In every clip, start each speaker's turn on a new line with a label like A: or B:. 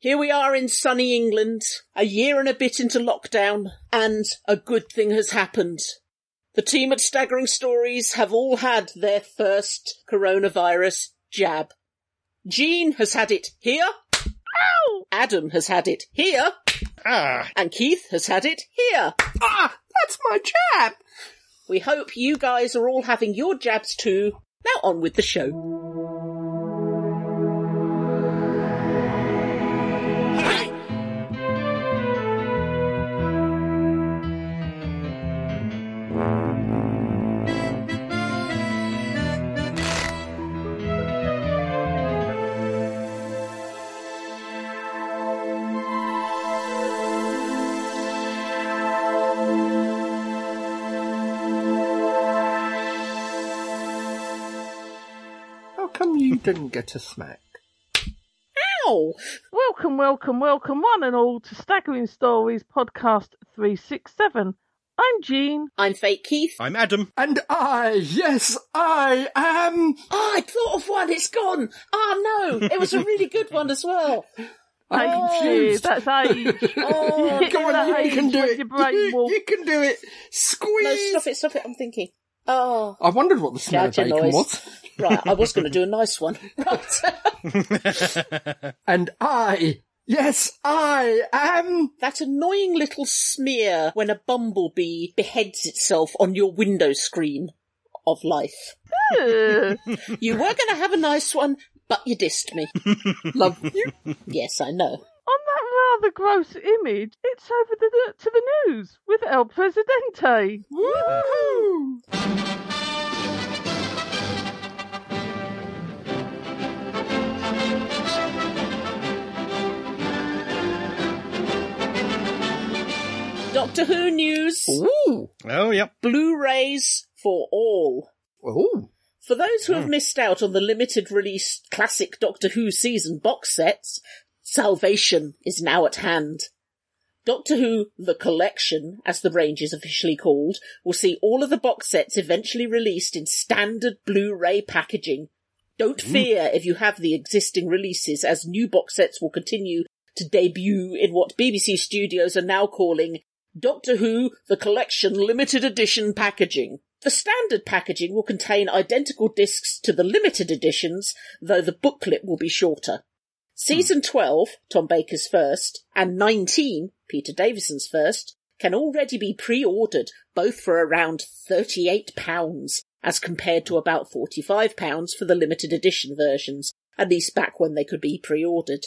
A: Here we are in sunny England, a year and a bit into lockdown, and a good thing has happened. The team at Staggering Stories have all had their first coronavirus jab. Jean has had it here.
B: Ow!
A: Adam has had it here.
C: Ah,
A: And Keith has had it here.
D: Ah, that's my jab.
A: We hope you guys are all having your jabs too. Now on with the show.
D: How come you didn't get a smack?
A: Ow!
B: Welcome, welcome, welcome, one and all, to Staggering Stories Podcast 367. I'm Jean.
A: I'm fake Keith.
C: I'm Adam.
D: And I, yes, I am.
A: Oh, I thought of one. It's gone. Oh no! It was a really good one as well.
D: I'm
B: Age.
D: confused.
B: That's age.
A: Oh,
B: It's
D: Go
B: that
D: on, you
B: age
D: can do
B: when
D: it.
B: Your brain
D: You,
B: will...
D: you can do it. Squeeze.
A: no, stop it, stop it. I'm thinking. Oh,
D: I wondered what the smell of
A: Gotcha,
D: bacon
A: Lois.
D: was.
A: right. I was going to do a nice one. Right.
D: And I, yes, I am.
A: that annoying little smear when a bumblebee beheads itself on your window screen of life.
B: Ugh.
A: You were going to have a nice one, but you dissed me.
D: Love you.
A: Yes, I know.
B: On that rather gross image, it's over the, to the news with El Presidente.
D: Woohoo!
A: Doctor Who news.
D: Ooh.
C: oh, yep.
A: Blu-rays for all.
D: Ooh.
A: For those who have missed out on the limited release classic Doctor Who season box sets, Salvation is now at hand. Doctor Who The Collection, as the range is officially called, will see all of the box sets eventually released in standard Blu-ray packaging. Don't fear if you have the existing releases as new box sets will continue to debut in what BBC Studios are now calling Doctor Who The Collection Limited Edition packaging. The standard packaging will contain identical discs to the limited editions, though the booklet will be shorter. Season 12, Tom Baker's first, and 19, Peter Davison's first, can already be pre-ordered, both for around £38, as compared to about £45 for the limited edition versions, at least back when they could be pre-ordered.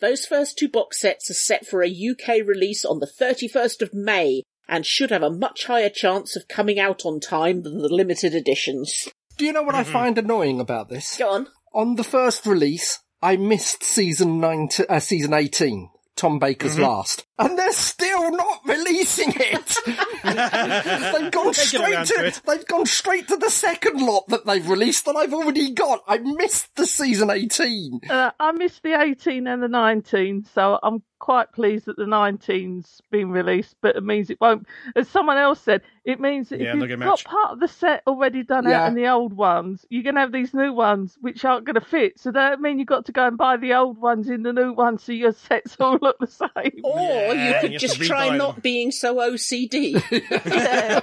A: Those first two box sets are set for a UK release on the 31st of May and should have a much higher chance of coming out on time than the limited editions.
D: Do you know what I find annoying about this?
A: Go on.
D: On the first release, I missed season nine, uh, season eighteen, Tom Baker's
C: Mm-hmm.
D: last, and they're still not releasing it. they've gone
C: get
D: straight
C: around
D: to,
C: to it.
D: they've gone straight to the second lot that they've released that I've already got. I missed the season eighteen.
B: Uh, I missed the 18 and the 19, so I'm quite pleased that the 19's been released, but it means it won't. As someone else said, it means that
C: Yeah,
B: if
C: they'll
B: you've
C: get
B: got
C: matched.
B: part of the set already done
D: Yeah.
B: out in the old ones, you're going to have these new ones which aren't going to fit. So that mean you've got to go and buy the old ones in the new ones so your sets all look the same.
A: Or
C: Yeah,
A: you
C: you
A: could
C: have
A: just
C: to
A: try
C: rebuy
A: not
C: them.
A: being so OCD.
B: Yeah.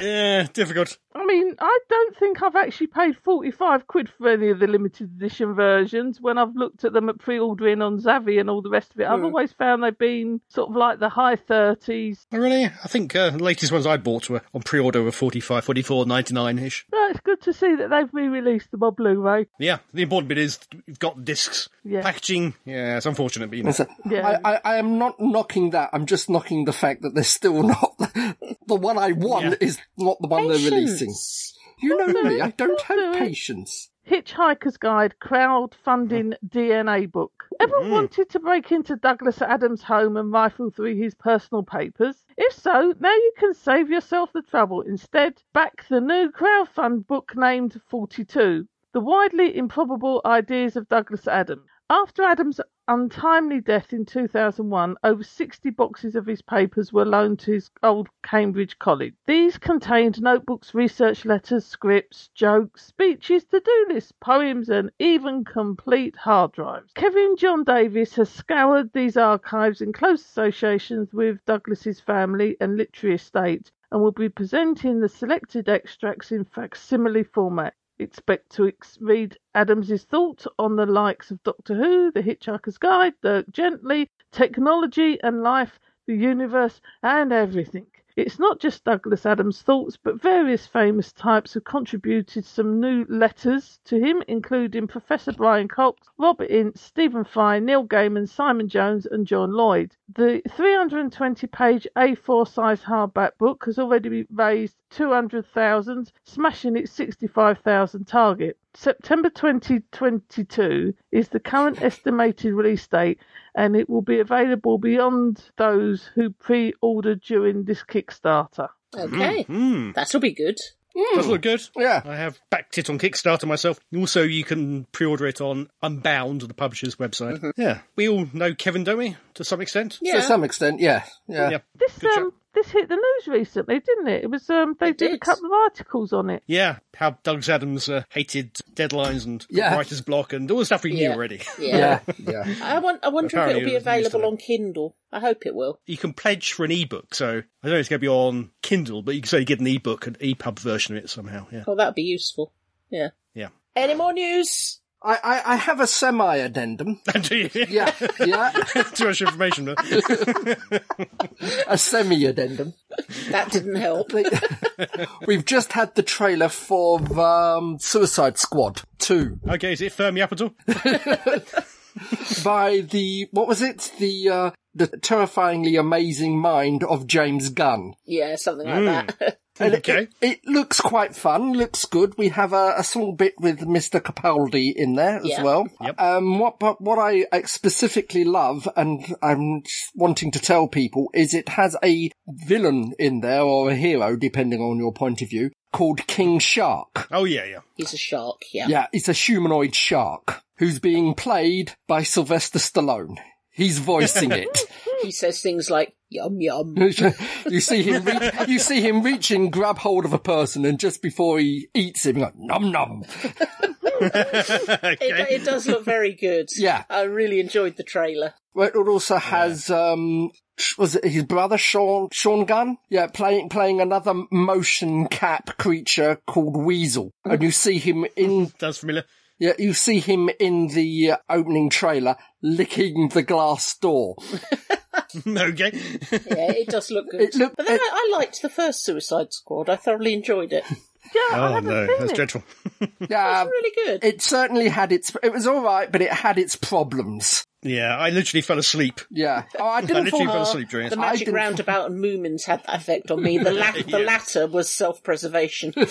C: Yeah, difficult.
B: I mean, I don't think I've actually paid 45 quid for any of the limited edition versions when I've looked at them at pre ordering on Zavi and all the rest of it. I've always found they've been sort of like the high 30s.
C: Oh, really? I think uh, the latest ones I bought were on pre-order were 45, 44, 99 ish.
B: But it's good to see that they've re released them on Blu ray.
C: Yeah, the important bit is you've got discs.
B: Yeah.
C: Packaging, yeah, it's unfortunate, but you know.
D: It's a-
B: Yeah.
D: I, I, I am not knocking that. I'm just knocking the fact that they're still not. the one I won
C: Yeah.
D: is not the one they're releasing. You know me. I don't have patience.
B: Hitchhiker's Guide crowdfunding DNA book. Everyone wanted to break into Douglas Adams' home and rifle through his personal papers. If so, now you can save yourself the trouble. Instead, back the new crowdfund book named 42 The Widely Improbable Ideas of Douglas Adams. After Adam's untimely death in 2001, over 60 boxes of his papers were loaned to his old Cambridge colleague. These contained notebooks, research letters, scripts, jokes, speeches, to do lists, poems, and even complete hard drives. Kevin John Davis has scoured these archives in close associations with Douglas's family and literary estate and will be presenting the selected extracts in facsimile format expect to ex- read Adams's thoughts on the likes of Doctor Who, The Hitchhiker's Guide, Dirk Gently, technology and life, the universe, and everything. It's not just Douglas Adams' thoughts, but various famous types have contributed some new letters to him, including Professor Brian Cox, Robert Ince, Stephen Fry, Neil Gaiman, Simon Jones, and John Lloyd. The 320 page A4 size hardback book has already raised 200,000, smashing its 65,000 target. September 2022 is the current estimated release date, and it will be available beyond those who pre ordered during this Kickstarter.
A: Okay.
C: Hmm.
A: That'll be good.
C: Does look good.
D: Yeah.
C: I have backed it on Kickstarter myself. Also, you can pre-order it on Unbound, the publisher's website. Yeah. We all know Kevin, don't we? To some extent.
A: Yeah.
D: To some extent, yeah. Yeah.
C: Yeah.
B: This
C: Good
B: um, this hit the news recently, didn't it? It was um, they
A: It
B: did. a
A: did.
B: couple of articles on it.
C: Yeah, how Douglas Adams uh, hated deadlines and
D: Yeah.
C: writer's block and all the stuff we knew
A: Yeah.
C: already.
A: Yeah.
D: Yeah. yeah.
A: I, want, I wonder
C: Apparently
A: if it'll be
C: it was used to
A: available on Kindle. I hope it will.
C: You can pledge for an ebook, so I don't know if it's going to be on Kindle, but you can say you get an ebook, an E EPUB version of it somehow. Yeah,
A: Oh, that'd be useful. Yeah.
C: yeah.
A: Any more news?
D: I, I, I have a semi addendum.
C: Do you?
D: Yeah. Yeah.
C: Too much information. But...
D: a semi addendum.
A: That didn't help.
D: We've just had the trailer for um, Suicide Squad 2
C: Okay, is it firm me up at all?
D: by the, what was it? The, uh, the terrifyingly amazing mind of James Gunn.
A: yeah, something like
C: Hmm.
A: that.
C: Mm, okay.
D: It looks quite fun, looks good. We have a, a small bit with Mr. Capaldi in there as
A: Yeah.
D: well.
C: Yep.
D: Um, what, but what I uh, specifically love and I'm wanting to tell people is it has a villain in there or a hero, depending on your point of view, called King Shark.
C: Oh yeah, yeah.
A: He's a shark. Yeah.
D: Yeah, it's a humanoid shark who's being played by Sylvester Stallone. He's voicing it.
A: He says things like, yum, yum.
D: you see him, re- you see him reach and grab hold of a person, and just before he eats him, like nom nom.
A: It, it does look very good.
D: Yeah.
A: I really enjoyed the trailer.
D: Well, it also has um, sh- was it his brother Sean Sean Gunn? Yeah, playing playing another motion cap creature called Weasel, and you see him in
C: That's familiar.
D: yeah, you see him in the uh, opening trailer licking the glass door.
C: okay.
A: Yeah, it does look good.
D: It look-
A: but then
D: it-
A: I, I liked the first Suicide Squad. I thoroughly enjoyed it. It
B: Yeah, I
C: oh
B: haven't
C: no,
B: seen
C: that's
B: it.
C: dreadful.
D: Yeah,
A: was really good.
D: it certainly had its. It was all right, but it had its problems.
C: Yeah, I literally fell asleep.
D: Yeah, oh, I
C: I
D: didn't
C: literally
D: fall-
C: fell asleep during
A: the
C: it.
D: I
A: magic
D: didn't-
A: roundabout and Moomins had that effect on me. The, la- the latter was self-preservation.
D: No,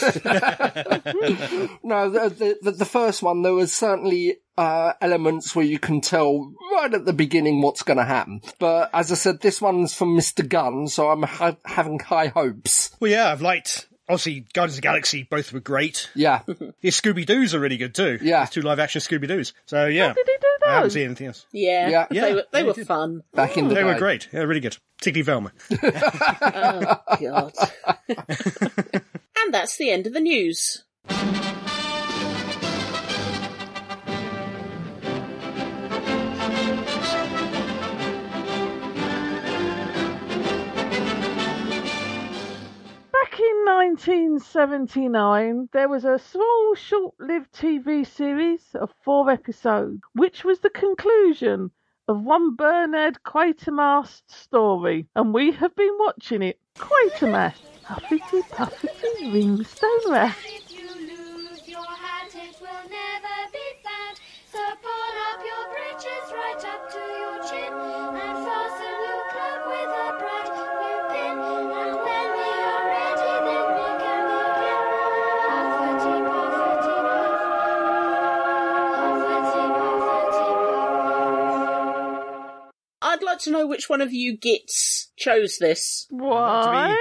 D: the, the the the first one there was certainly uh, elements where you can tell right at the beginning what's going to happen. But as I said, this one's from Mr. Gunn, so I'm ha- having high hopes.
C: Well, yeah, I've liked. Obviously, Guardians of the Galaxy both were great.
D: Yeah,
C: The Scooby Doo's are really good too.
D: Yeah.
C: There's two live action Scooby Doo's. So yeah,
B: Did he do
C: I haven't
B: those?
C: seen anything else.
A: yeah,
D: Yeah.
C: Yeah,
A: they were, they
C: they
A: were
C: did.
A: fun.
D: back in the
C: They were
D: day.
C: great. Yeah, really good. Particularly Velma.
A: God. and that's the end of the news.
B: Back in 1979, there was a small, short lived TV series of four episodes, which was the conclusion of one Bernard Quatermass story, and we have been watching it. Quatermass, huffity puffity ringstone rat.
E: If you lose your hat, it will never be found. So pull up your breeches right up to your chin and fasten your cloak with a bright new pin. And when we are ready, then we can begin. Huffety puffety puff. Huffety puffety puff.
A: I I'd like to know which one of you gets chose this.
B: Why?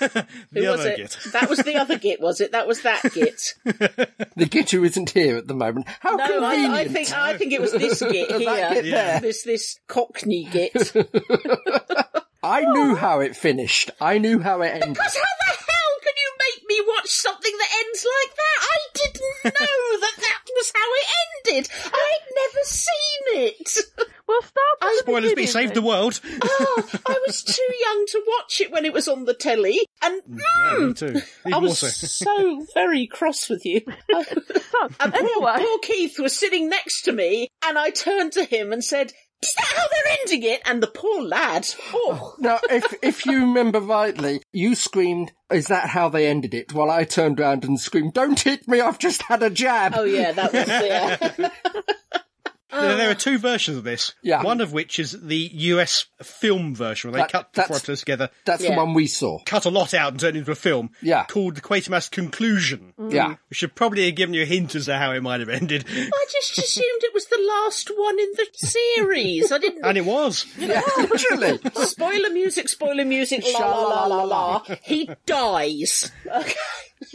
A: Who
C: the
A: was
C: other
A: it?
C: git.
A: That was the other git, was it? That was that git.
D: The git who isn't here at the moment. How
A: No,
D: convenient.
A: I, I think I think it was this git
D: That
A: here.
D: git there.
A: This this Cockney git. Because how
D: I knew how it finished. I knew how it ended.
A: the hell can you make me watch something that ends like that? I didn't know that that was how it ended. I'd never seen it.
B: Well, start from the
C: Ah, Spoilers, but he
B: beginning
C: saved the
B: then.
C: world.
A: Oh, I was too young to watch it when it was on the telly, and
C: yeah, me too. Even
A: I
C: more
A: was
C: so.
A: so very cross with you.
B: So, anyway,
A: Paul Keith was sitting next to me, and I turned to him and said, "Is that how they're ending it?" And the poor lad, oh,
D: Now, if if you remember rightly, you screamed, "Is that how they ended it?" While I turned round and screamed, "Don't hit me! I've just had a jab."
A: oh yeah, that was yeah.
C: uh, There, there are two versions of this.
D: Yeah.
C: One of which is the US film version where they
D: That-
C: cut the
D: that's-
C: photos together,
D: That's the
A: Yeah.
D: one we saw.
C: cut a lot out and turn it into a film.
D: Yeah.
C: Called The Quatermass Conclusion.
A: Mm.
D: Yeah.
C: We should probably have given you a hint as to how it might have ended.
A: I just assumed it was the last one in the series. I didn't.
C: And it was.
D: Yeah, literally.
A: Spoiler music, spoiler music, la la la la la. He dies, okay.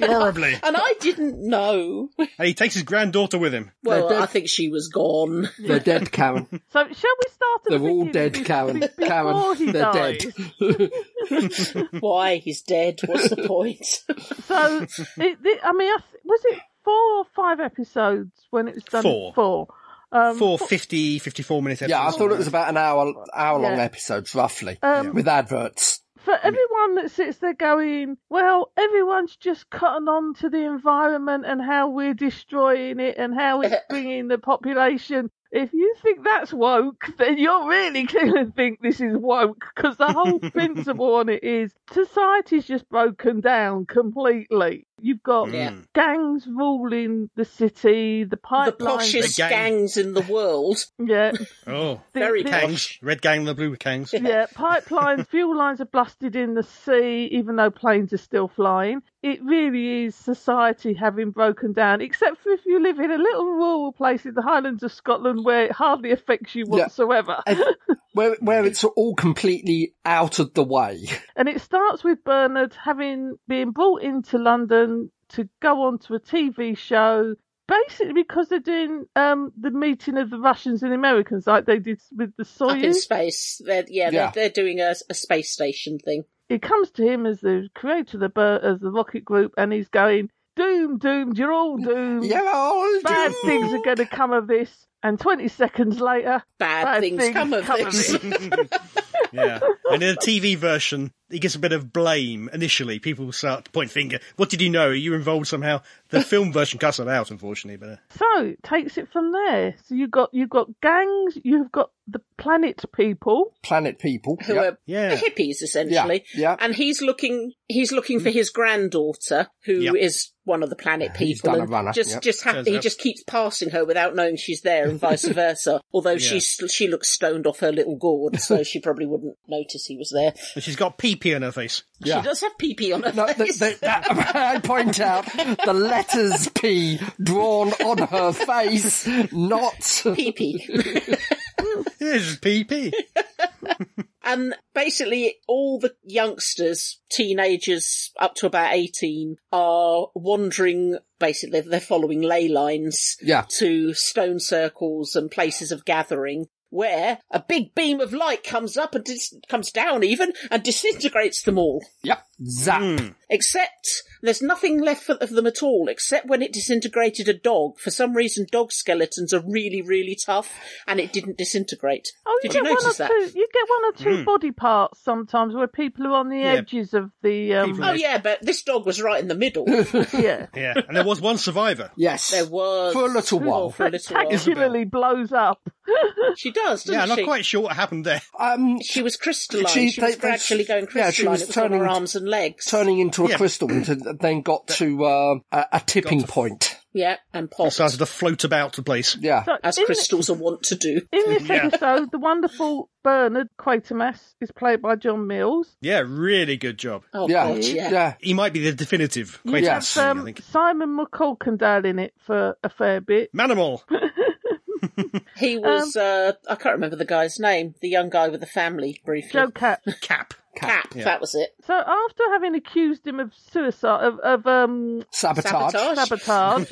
C: Horribly.
A: and I didn't know.
C: And he takes his granddaughter with him.
A: Well,
D: They're dead.
A: I think she was gone.
D: They're dead, Karen.
B: so shall we start at
D: They're
B: the
D: all
B: beginning
D: dead,
B: be-
D: Karen.
B: be- Before
D: Karen,
B: he
D: they're
B: dies.
D: dead.
A: Why he's dead? What's the point?
B: So, it, the, I mean, I th- was it four or five episodes when it was done?
C: Four.
B: Four. Um,
C: Four 50, 54 minute episodes.
D: Yeah, I thought it was about an hour hour long
B: Yeah.
D: episodes, roughly,
B: Um,
D: with adverts.
B: For everyone that sits there going, well, everyone's just cutting on to the environment and how we're destroying it and how it's bringing the population. If you think that's woke, then you're really going to think this is woke because the whole principle on it is society's just broken down completely. You've got
A: Yeah.
C: Mm.
B: gangs ruling the city, the
A: the
B: pipeline.
A: poshest
C: gang.
A: gangs in the world.
B: yeah,
C: Oh.
B: the-
A: Very
B: the-
A: posh.
C: Kangs. Red Gang and the Blue Kangs.
B: yeah, pipelines, fuel lines are blasted in the sea, even though planes are still flying. It really is society having broken down, except for if you live in a little rural place in the Highlands of Scotland where it hardly affects you
D: Yeah.
B: whatsoever.
D: Where where it's all completely out of the way.
B: And it starts with Bernard having been brought into London to go on to a TV show, basically because they're doing um, the meeting of the Russians and Americans, like they did with the
A: Up in
B: Soyuz.
A: space, they're, yeah,
D: Yeah.
A: They're, they're doing a, a space station thing.
B: it comes to him as the creator of the Bur- of the rocket group, and he's going, "Doom, doomed, you're all doomed.
D: Yeah, oh,
B: Bad things are going to come of this." And twenty seconds later,
A: Bad,
B: Bad
A: things,
B: things
A: come of
B: come of
A: this.
C: Yeah. And in the TV version, he gets a bit of blame initially. People start to point finger. What did you know? Are you involved somehow? The film version cuts that out, unfortunately. But uh,
B: so takes it from there. So you got you've got gangs, you've got the planet people.
D: planet people.
A: who
D: Yep.
A: are
C: Yeah.
A: hippies essentially.
D: Yeah, yeah.
A: And he's looking he's looking for his granddaughter, who is
C: Yep.
A: one of the planet people.
D: he's done a
A: and
D: runner,
A: Just
D: yep.
A: just ha-
C: Turns
A: he
C: out.
A: just keeps passing her without knowing she's there and vice versa. Although she's she looks stoned off her little gourd, so she probably wouldn't notice he was there.
C: and she's got pee pee on her face.
D: Yeah.
A: She does have pee pee on her
D: No,
A: face.
D: th th that, I point out the letters P drawn on her face, not.
A: pee pee.
C: This is pee pee.
A: And basically, all the youngsters, teenagers up to about 18, are wandering, basically, they're following ley lines
D: Yeah.
A: to stone circles and places of gathering. Where a big beam of light comes up and dis- comes down even and disintegrates them all.
D: Yep. Zap.
A: Hmm. Except there's nothing left of them at all, except when it disintegrated a dog. For some reason, dog skeletons are really, really tough, and it didn't disintegrate.
B: Oh, you
A: Did you
B: get one or
A: notice that? Mm.
B: two. You get one or two body parts sometimes where people are on the edges of the. Um,
C: People-
A: Oh yeah, but this dog was right in the middle.
B: yeah.
C: Yeah. And there was one survivor.
D: Yes.
A: There was
D: For a little
A: Oh,
D: while.
A: for a little while.
B: Spectacularly blows up.
A: She does, doesn't
C: Yeah, I'm
A: she?
C: not quite sure what happened there.
D: Um,
A: She was crystalline. She,
D: She- they-
A: was
D: they-
A: gradually going crystalline.
D: yeah, she was
A: it was on
D: turning-
A: her arms and legs.
D: turning into a
C: Yeah.
D: crystal and then got to uh, a, a tipping point.
A: yeah, and popped,
C: Started to float about the place.
D: Yeah.
B: So
A: as
B: in-
A: crystals are wont to do.
B: In this
C: Yeah.
B: episode, the wonderful Bernard Quatermass is played by John Mills.
C: Yeah, really good job.
A: Oh
D: yeah.
A: god, yeah.
C: He might be the definitive Quatermass,
D: Yes.
B: Um,
C: I think.
B: Simon McCulkendale in it for a fair bit.
C: Manimal.
A: He
B: Um,
A: was, uh, I can't remember the guy's name, the young guy with the family briefly.
B: Joe Cat.
C: Cap.
A: Cap,
C: yeah.
A: that was it.
B: So after having accused him of suicide, of, of um,
D: Sabotage.
A: Sabotage.
B: sabotage,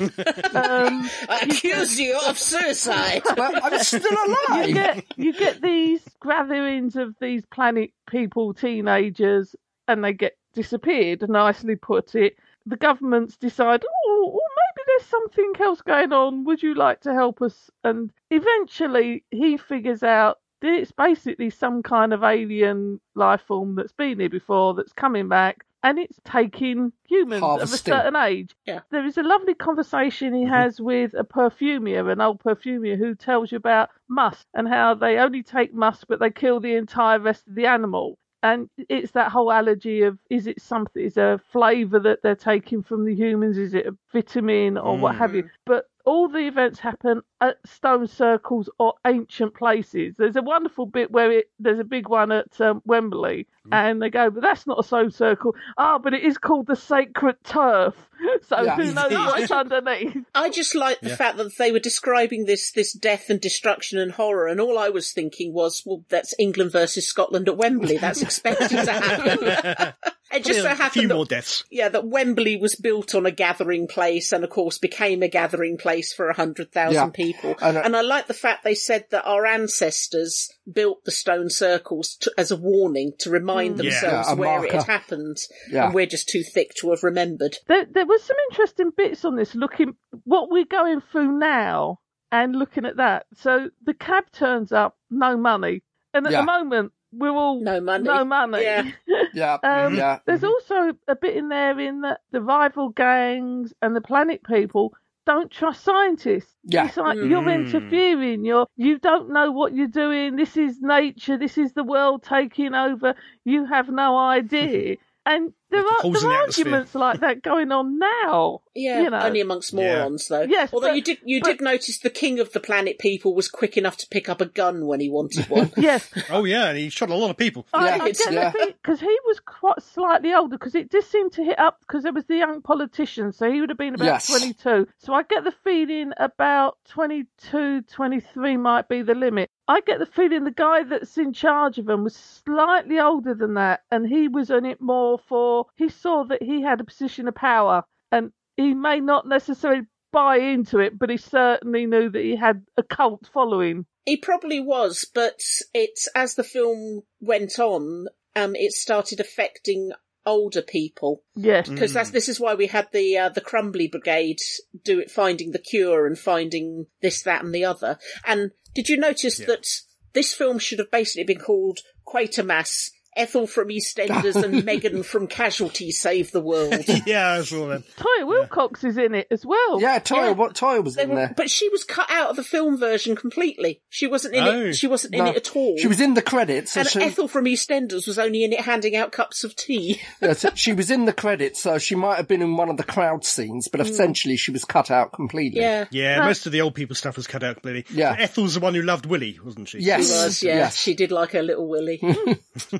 B: um,
A: I accuse you of suicide.
D: But I'm still
B: you
D: alive.
B: get you get these gatherings of these planet people, teenagers, and they get disappeared. Nicely put it. The governments decide, oh, or maybe there's something else going on. Would you like to help us? And eventually, he figures out that it's basically some kind of alien life form that's been here before, that's coming back, and it's taking humans
D: Harvesting.
B: of a certain age there is a lovely conversation he has with a perfumier, an old perfumier, who tells you about musk and how they only take musk but they kill the entire rest of the animal. And it's that whole allergy of is it something, is there a flavour that they're taking from the humans? Is it a vitamin or
A: Mm-hmm.
B: what have you? But all the events happen at stone circles or ancient places. There's a wonderful bit where it, there's a big one at um, Wembley,
A: Mm.
B: and they go, but that's not a stone circle. Ah, but it is called the sacred turf. So
D: Yeah.
B: who knows what's underneath?
A: I just like the fact that they were describing this this death and destruction and horror, and all I was thinking was, well, that's England versus Scotland at Wembley. That's expected to happen. it just so
C: a
A: happened
C: few
A: that
C: more deaths.
A: yeah, that Wembley was built on a gathering place and of course became a gathering place for 100,000
D: Yeah.
A: people.
D: And, uh,
A: and I like the fact they said that our ancestors built the stone circles to, as a warning to remind
B: Mm.
A: themselves
D: Yeah, a
A: where it had
D: marker.
A: happened.
D: Yeah.
A: And we're just too thick to have remembered.
B: There, there was some interesting bits on this. Looking what we're going through now and looking at that. So the cab turns up, no money, and at
D: Yeah.
B: the moment we're all
A: No money.
B: No money.
A: Yeah.
D: Yeah.
B: Um,
D: yeah.
B: There's
C: Mm-hmm.
B: also a bit in there in that the rival gangs and the planet people don't trust scientists.
D: Yeah.
B: It's like you're interfering, you're you don't know what you're doing, this is nature, this is the world taking over, you have no idea. And there are,
C: holes
B: there
C: in the
B: are
C: atmosphere.
B: arguments like that going on now.
A: Yeah,
B: you know.
A: only amongst morons, though.
B: Yes,
A: although
B: but-
A: you did you
B: but-
A: did notice the king of the planet people was quick enough to pick up a gun when he wanted one.
B: Yes,
C: Oh yeah, and he shot a lot of people.
B: I,
D: Yeah,
B: I
D: it's-
B: get
D: yeah.
B: the thing because he was quite slightly older because it just seemed to hit up because there was the young politician, so he would have been about
D: Yes.
B: 22. So I get the feeling about 22, 23 might be the limit. I get the feeling the guy that's in charge of him was slightly older than that, and he was on it more for he saw that he had a position of power, and he may not necessarily buy into it, but he certainly knew that he had a cult following.
A: He probably was, but it's as the film went on, um, it started affecting older people
B: Yes,
D: Mm.
A: because that's
D: Hmm.
A: this is why we had the uh, the Crumbly Brigade do it, finding the cure and finding this, that, and the other. And did you notice that this film should have basically been called Quatermass? Ethel from EastEnders and Megan from Casualty save the world.
C: Yeah, I saw that.
B: Toya Wilcox is in it as well.
D: Yeah, Toya, what Toya was
A: They
D: in
A: were-
D: there?
A: but she was cut out of the film version completely. She wasn't in
C: Oh.
A: it. She wasn't in
D: No.
A: it at all.
D: She was in the credits.
A: and
D: she,
A: Ethel from EastEnders was only in it handing out cups of tea.
D: yes, she was in the credits, so she might have been in one of the crowd scenes, but essentially she was cut out completely.
A: Mm. Yeah.
C: Yeah, most of the old people stuff was cut out completely.
D: Yeah.
C: But Ethel's the one who loved Willy, wasn't she?
A: She
D: Yes.
A: was, yeah.
D: Yes.
A: She did like her little Willy.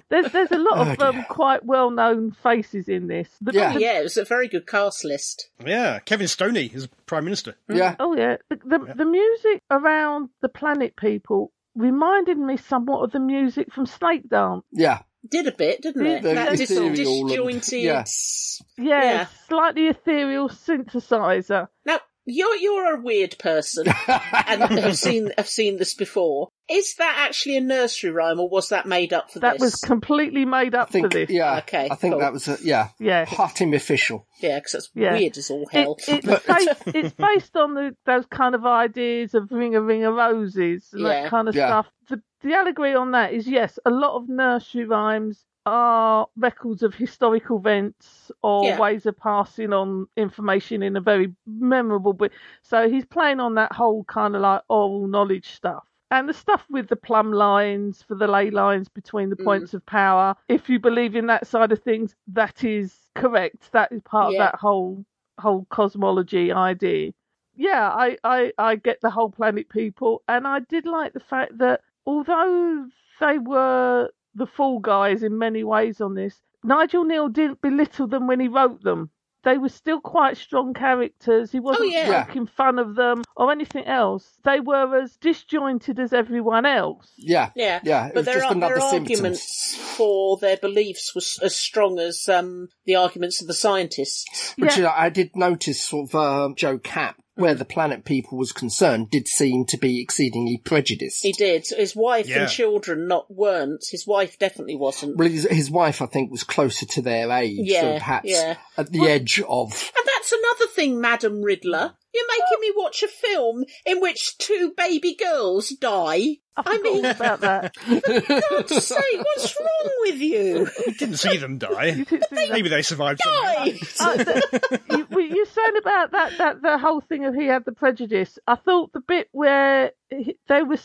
B: There's there's a lot of um, quite well known faces in this. The-
D: Oh, Yeah.
B: the-
A: yeah, it was a very good cast list.
C: Yeah, Kevin Stoney is Prime Minister.
D: yeah.
B: Oh yeah. The, the the music around the planet people reminded me somewhat of the music from Snake Dance.
D: Yeah.
A: Did a bit, didn't it?
B: The
A: that dis-
D: ethereal and-
A: disjointed.
D: yeah.
B: Yeah,
A: Yeah.
B: slightly ethereal synthesizer.
A: Now you're you're a weird person, and I've seen I've seen this before. Is that actually a nursery rhyme, or was that made up for
B: That
A: this?
B: was completely made up
D: I think,
B: for this.
D: yeah.
A: Okay,
D: I think
A: cool.
D: that was, a, yeah.
B: Yeah.
D: Hottim official.
A: yeah, because that's
B: Yeah.
A: weird as all hell.
B: It, it's, based, it's based on the, those kind of ideas of ring a ring of roses and
A: Yeah.
B: that kind of
D: Yeah.
B: stuff. The, the allegory on that is yes, a lot of nursery rhymes are records of historical events or
A: Yeah.
B: ways of passing on information in a very memorable way. So he's playing on that whole kind of like oral knowledge stuff. And the stuff with the plumb lines for the ley lines between
A: Mm.
B: the points of power. If you believe in that side of things, that is correct. That is part
A: Yeah.
B: of that whole whole cosmology idea. Yeah, I, I, I get the whole planet people and I did like the fact that although they were the fall guys in many ways on this, Nigel Neal didn't belittle them when he wrote them. they were still quite strong characters. He wasn't
A: yeah. Oh, Yeah.
B: making fun of them or anything else. They were as disjointed as everyone else.
D: Yeah.
A: Yeah,
D: Yeah. It
A: But
D: was
A: their,
D: just
A: ar-
D: another
A: their
D: symptom.
A: arguments for their beliefs was as strong as um, the arguments of the scientists.
D: Which
B: Yeah.
D: uh, I did notice sort of uh, Joe Cap,
A: Mm.
D: where the planet people was concerned, did seem to be exceedingly prejudiced.
A: He did. His wife
C: Yeah.
A: and children not weren't. His wife definitely wasn't.
D: Well, his, his wife, I think, was closer to their age, so
A: Yeah,
D: perhaps
A: yeah.
D: at the edge of.
A: And that's another thing, Madam Riddler. You're making me watch a film in which two baby girls die.
B: I
A: I
B: forgot
A: mean,
B: all about that.
A: God's sake, what's wrong with you?
C: We didn't see them die.
B: Didn't see that.
C: Maybe they survived. somehow.
A: Die!
B: Uh, the- you, well, you're saying about that, that the whole thing of he had the prejudice. I thought the bit where he, they were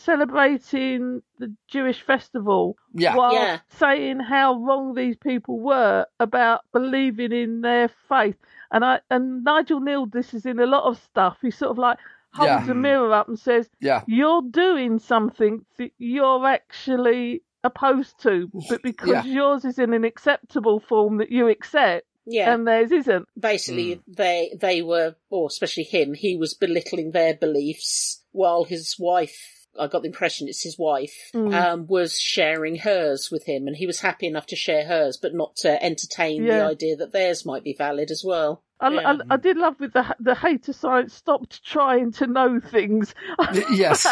B: celebrating the Jewish festival
D: Yeah.
B: while
A: Yeah.
B: saying how wrong these people were about believing in their faith. And I and Nigel Neal, this is in a lot of stuff. He sort of like holds
D: Yeah.
B: a mirror up and says,
D: Yeah.
B: "You're doing something that you're actually." opposed to but because
D: Yeah.
B: yours is in an acceptable form that you accept
A: Yeah,
B: and theirs isn't
A: basically,
C: Hmm.
A: they they were, or especially him, he was belittling their beliefs while his wife, I got the impression it's his wife, um, was sharing hers with him, and he was happy enough to share hers, but not to entertain the
B: Yeah.
A: idea that theirs might be valid as well.
B: I,
A: Yeah.
B: I, I
C: Um,
B: did love with the the hater science stopped trying to know things.
D: Y- yes.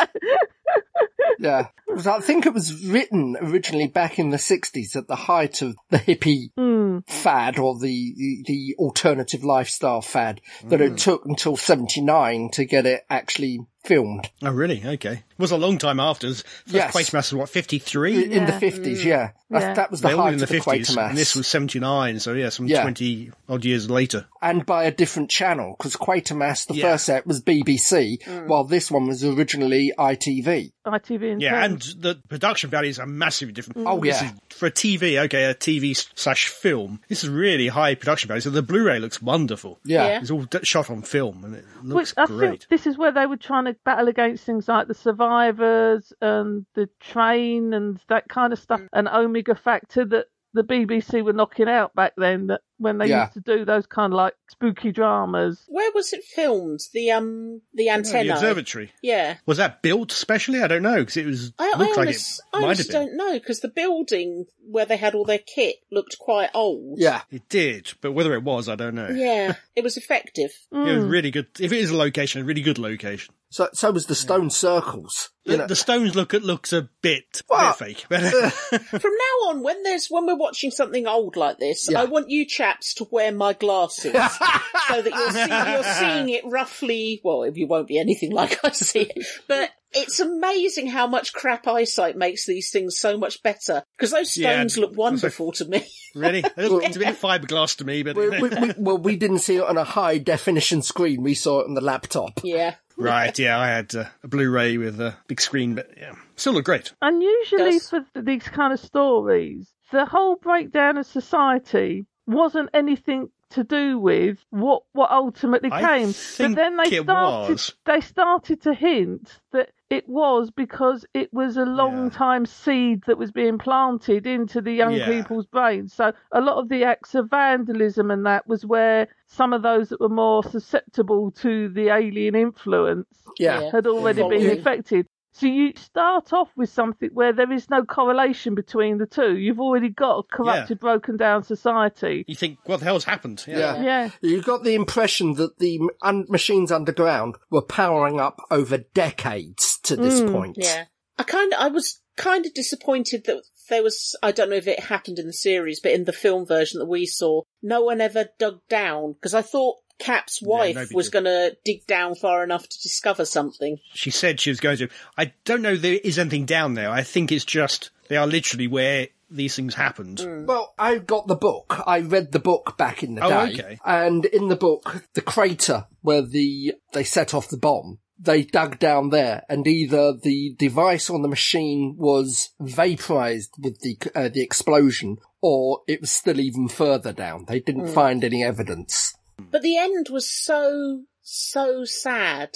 D: yeah. Because I think it was written originally back in the 60s at the height of the hippie
A: Hmm.
D: fad or the, the, the alternative lifestyle fad that
A: Hmm.
D: it took until 79 to get it actually filmed
C: Oh, really? Okay. It was a long time after. First
D: Yes.
C: Quatermass was what fifty
D: I-
C: three.
D: in the 50s. Yeah. That's,
B: Yeah.
D: That was the
C: They all
D: height
C: in
D: of
C: the
D: the,
C: fifties,
D: Quatermass.
C: and this was seventy nine. So yeah, some
D: Yeah.
C: twenty odd years later.
D: and by a different channel because Quatermass, the
C: Yeah.
D: first set was BBC, while this one was originally ITV.
B: ITV and
C: Yeah,
B: Ten.
C: and the production values are massively different.
D: Oh,
C: This
D: yeah.
C: is- for a TV, okay, a TV slash film. This is really high production value. So the Blu-ray looks wonderful.
D: Yeah.
A: Yeah.
C: It's all d- shot on film and it
B: Which
C: looks
B: I
C: great.
B: think this is where they were trying to battle against things like the survivors and the train and that kind of
C: Mm.
B: stuff, and Omega Factor that the BBC were knocking out back then. That when they
D: Yeah.
B: used to do those kind of like spooky dramas.
A: Where was it filmed? The um, the
C: Oh,
A: antenna.
C: the observatory
A: Yeah.
C: was that built specially? I don't know because it was
A: I, I,
C: looked like
A: honest-
C: it
A: I
C: might have
A: honestly
C: been.
A: don't know because the building where they had all their kit looked quite old.
D: Yeah.
C: It did, but whether it was, I don't know.
A: yeah, it was effective.
C: It was really good. If it is a location, a really good location.
D: So, so was the Stone Circles. You
C: The,
D: know,
C: the stones look it looks a bit,
D: Well,
C: bit fake, but
A: From now on, when there's when we're watching something old like this,
D: Yeah.
A: I want you chaps to wear my glasses so that you're, see, you're seeing it roughly. Well, it won't be anything like I see it, but it's amazing how much crap eyesight makes these things so much better. Because those
C: Yeah,
A: stones
C: it's-
A: look wonderful to me.
C: really, it looks a bit fiberglass to me. But
D: we, we, we, well, we didn't see it on a high definition screen. We saw it on the laptop.
A: yeah,
C: Right, yeah, I had uh, a Blu-ray with a big screen, but yeah, still look great.
B: And usually
A: Yes.
B: for th- these kind of stories, the whole breakdown of society wasn't anything to do with what what ultimately
C: I
B: came.
C: think
B: but then they
C: it
B: started
C: was.
B: they started to hint that it was because it was a long
C: Yeah.
B: time seed that was being planted into the young
C: Yeah.
B: people's brains. So a lot of the acts of vandalism and that was where some of those that were more susceptible to the alien influence
D: Yeah.
A: Yeah.
B: had already been
A: Evolving.
B: infected. So you start off with something where there is no correlation between the two. You've already got a corrupted, broken down society.
C: You think, what the hell's happened? Yeah,
D: Yeah.
B: Yeah.
D: You got the impression that the m- un- machines underground were powering up over decades to this point.
A: yeah. I kind of I was kind of disappointed that there was I don't know if it happened in the series, but in the film version that we saw, no one ever dug down because I thought. Cap's wife
C: nobody
A: was
C: did.
A: going to dig down far enough to discover something.
C: She said she was going to. I don't know. There is anything down there. I think it's just they are literally where these things happened.
D: Well, I got the book. I read the book back in the
C: Oh,
D: day.
C: okay.
D: And in the book, the crater where the they set off the bomb, they dug down there, and either the device on the machine was vaporized with the uh, the explosion, or it was still even further down. They didn't find any evidence.
A: But the end was so, so sad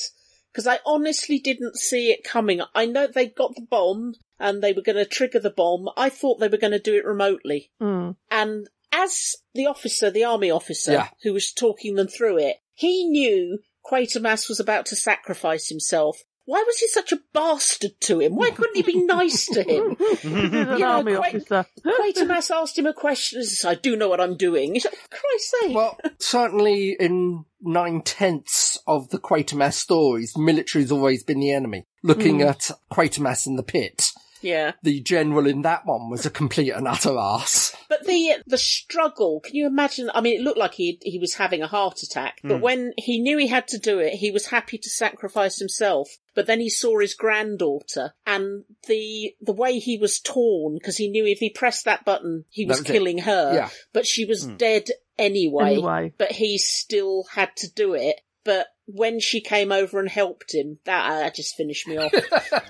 A: because I honestly didn't see it coming. I know they got the
B: Mm.
A: bomb and they were going to trigger the bomb. I thought they were going to do it remotely. And as the officer, the army officer
D: Yeah.
A: who was talking them through it, he knew Quatermass was about to sacrifice himself. Why was he such a bastard to him? Why couldn't he be nice to him?
B: This is an
A: You know,
B: army
A: quite-
B: officer.
A: Quatermass asked him a question. He says, I do know what I'm doing. He's like, Christ's sake.
D: Well, certainly in nine tenths of the Quatermass stories, military's always been the enemy. Looking at Quatermass in the pit,
A: yeah.
D: the general in that one was a complete and utter ass.
A: But the the struggle, can you imagine? I mean, it looked like he he was having a heart attack, but
D: Hmm.
A: when he knew he had to do it, he was happy to sacrifice himself. But then he saw his granddaughter, and the the way he was torn because he knew if he pressed that button, he was
D: That was it.
A: killing her.
D: Yeah. Hmm.
A: But she was dead anyway.
B: Anyway.
A: But he still had to do it. But when she came over and helped him, that uh, just finished me off.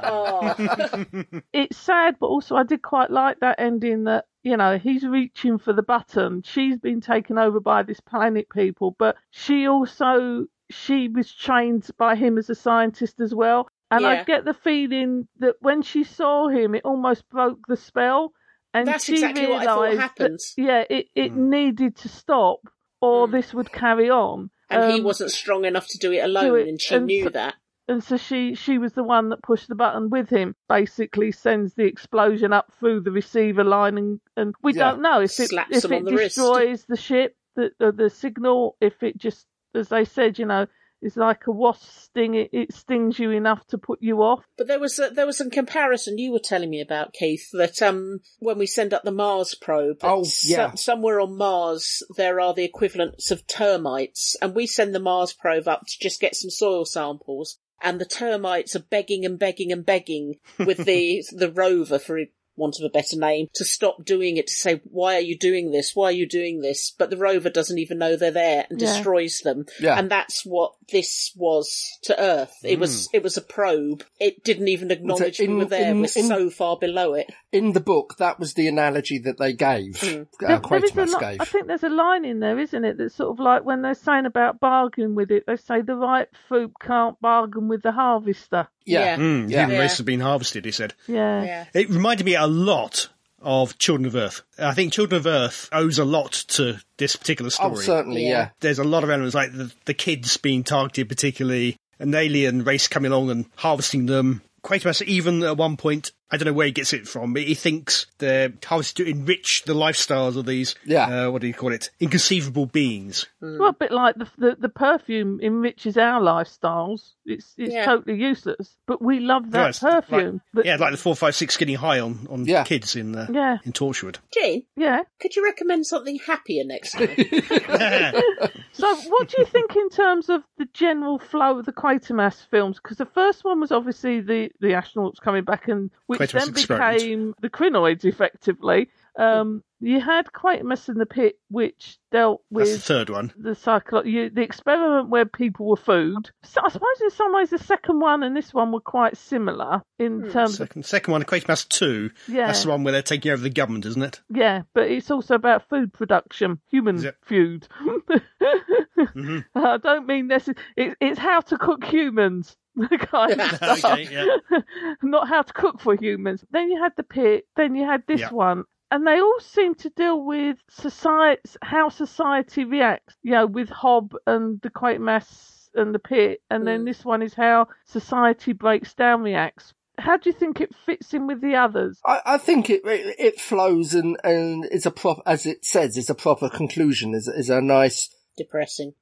A: oh,
B: It's sad, but also I did quite like that ending that, you know, he's reaching for the button. She's been taken over by this planet people, but she also, she was trained by him as a scientist as well. And I
A: Yeah.
B: get the feeling that when she saw him, it almost broke the spell. And
A: That's
B: she
A: exactly what I
B: realised
A: thought
B: that-
A: happened. Hmm.
B: yeah, it, it needed to stop or this would carry on.
A: and he
B: Um,
A: wasn't strong enough to do it alone,
B: it,
A: and she
B: and
A: knew
B: so-
A: that.
B: and so she she was the one that pushed the button with him basically sends the explosion up through the receiver line and, and we
D: Yeah.
B: don't know if it
A: Slaps
B: if
A: him on
B: it
A: the wrist.
B: destroys the ship the, the the signal if it just as they said you know is like a wasp sting it, it stings you enough to put you off
A: But there was a, there was some comparison you were telling me about, Keith, that um when we send up the Mars probe,
D: Oh,
A: so-
D: yeah.
A: somewhere on Mars there are the equivalents of termites, and we send the Mars probe up to just get some soil samples, and the termites are begging and begging and begging with the the rover for want of a better name to stop doing it to say why are you doing this why are you doing this but the rover doesn't even know they're there and
B: Yeah.
A: destroys them
D: Yeah.
A: and that's what this was to Earth. It was it was a probe. It didn't even acknowledge
D: So Hmm. uh, in-
A: we were there.
D: in-
A: we're
D: in-
A: so far below it.
D: In the book, that was the analogy that they gave, uh,
B: Hmm. There- there is a
D: Quatermass
B: li-
D: gave.
B: I think there's a line in there, isn't it? That's sort of like when they're saying about bargain with it, they say the right fruit can't bargain with the harvester.
D: yeah.
A: Yeah.
C: Mm,
D: Yeah.
C: Human race
A: Yeah.
C: has been harvested, he said.
B: Yeah.
C: It reminded me a lot of Children of Earth. I think Children of Earth owes a lot to this particular story.
D: Oh, certainly, yeah.
A: Yeah.
C: There's a lot of elements like the, the kids being targeted, particularly an alien race coming along and harvesting them. Quatermass, even at one point, I don't know where he gets it from, but he thinks they're harvested to enrich the lifestyles of these,
D: Yeah.
C: uh, what do you call it, inconceivable beings.
B: Well, a bit like the, the the perfume enriches our lifestyles. It's it's
A: Yeah.
B: totally useless, but we love
C: Yeah,
B: that
C: it's like-
B: perfume. but,
C: yeah, like the 456 getting high on, on
D: Yeah.
C: kids in uh,
B: Yeah.
C: in Torchwood.
A: Jane,
B: yeah.
A: could you recommend something happier next time?
B: So, what do you think in terms of the general flow of the Quatermass films? Because the first one was obviously the the astronauts coming back, and which
C: Quatermass
B: then
C: experiment.
B: became the crinoids, effectively.
C: Mm.
B: Um, you had Quatermass in the pit, which dealt with
C: That's the third one.
B: the cycle you, the experiment where people were food so i suppose in some ways the second one and this one were quite similar in terms of
C: Second, second one, Quatermass 2.
B: Yeah.
C: That's the one where they're taking over the government, isn't it?
B: yeah but it's also about food production human
C: Yep.
B: food i don't mean this it, it's how to cook humans kind of stuff.
C: okay, yeah.
B: not how to cook for humans. Then you had the pit, then you had this
C: Yeah.
B: one. And they all seem to deal with society, how society reacts, you know, with Hob and the Quatermass and the pit. And
A: Mm.
B: then this one is how society breaks down, reacts. How do you think it fits in with the others?
D: I, I think it, it it flows and and it's a prop as it says it's a proper conclusion is is a nice
A: Depressing.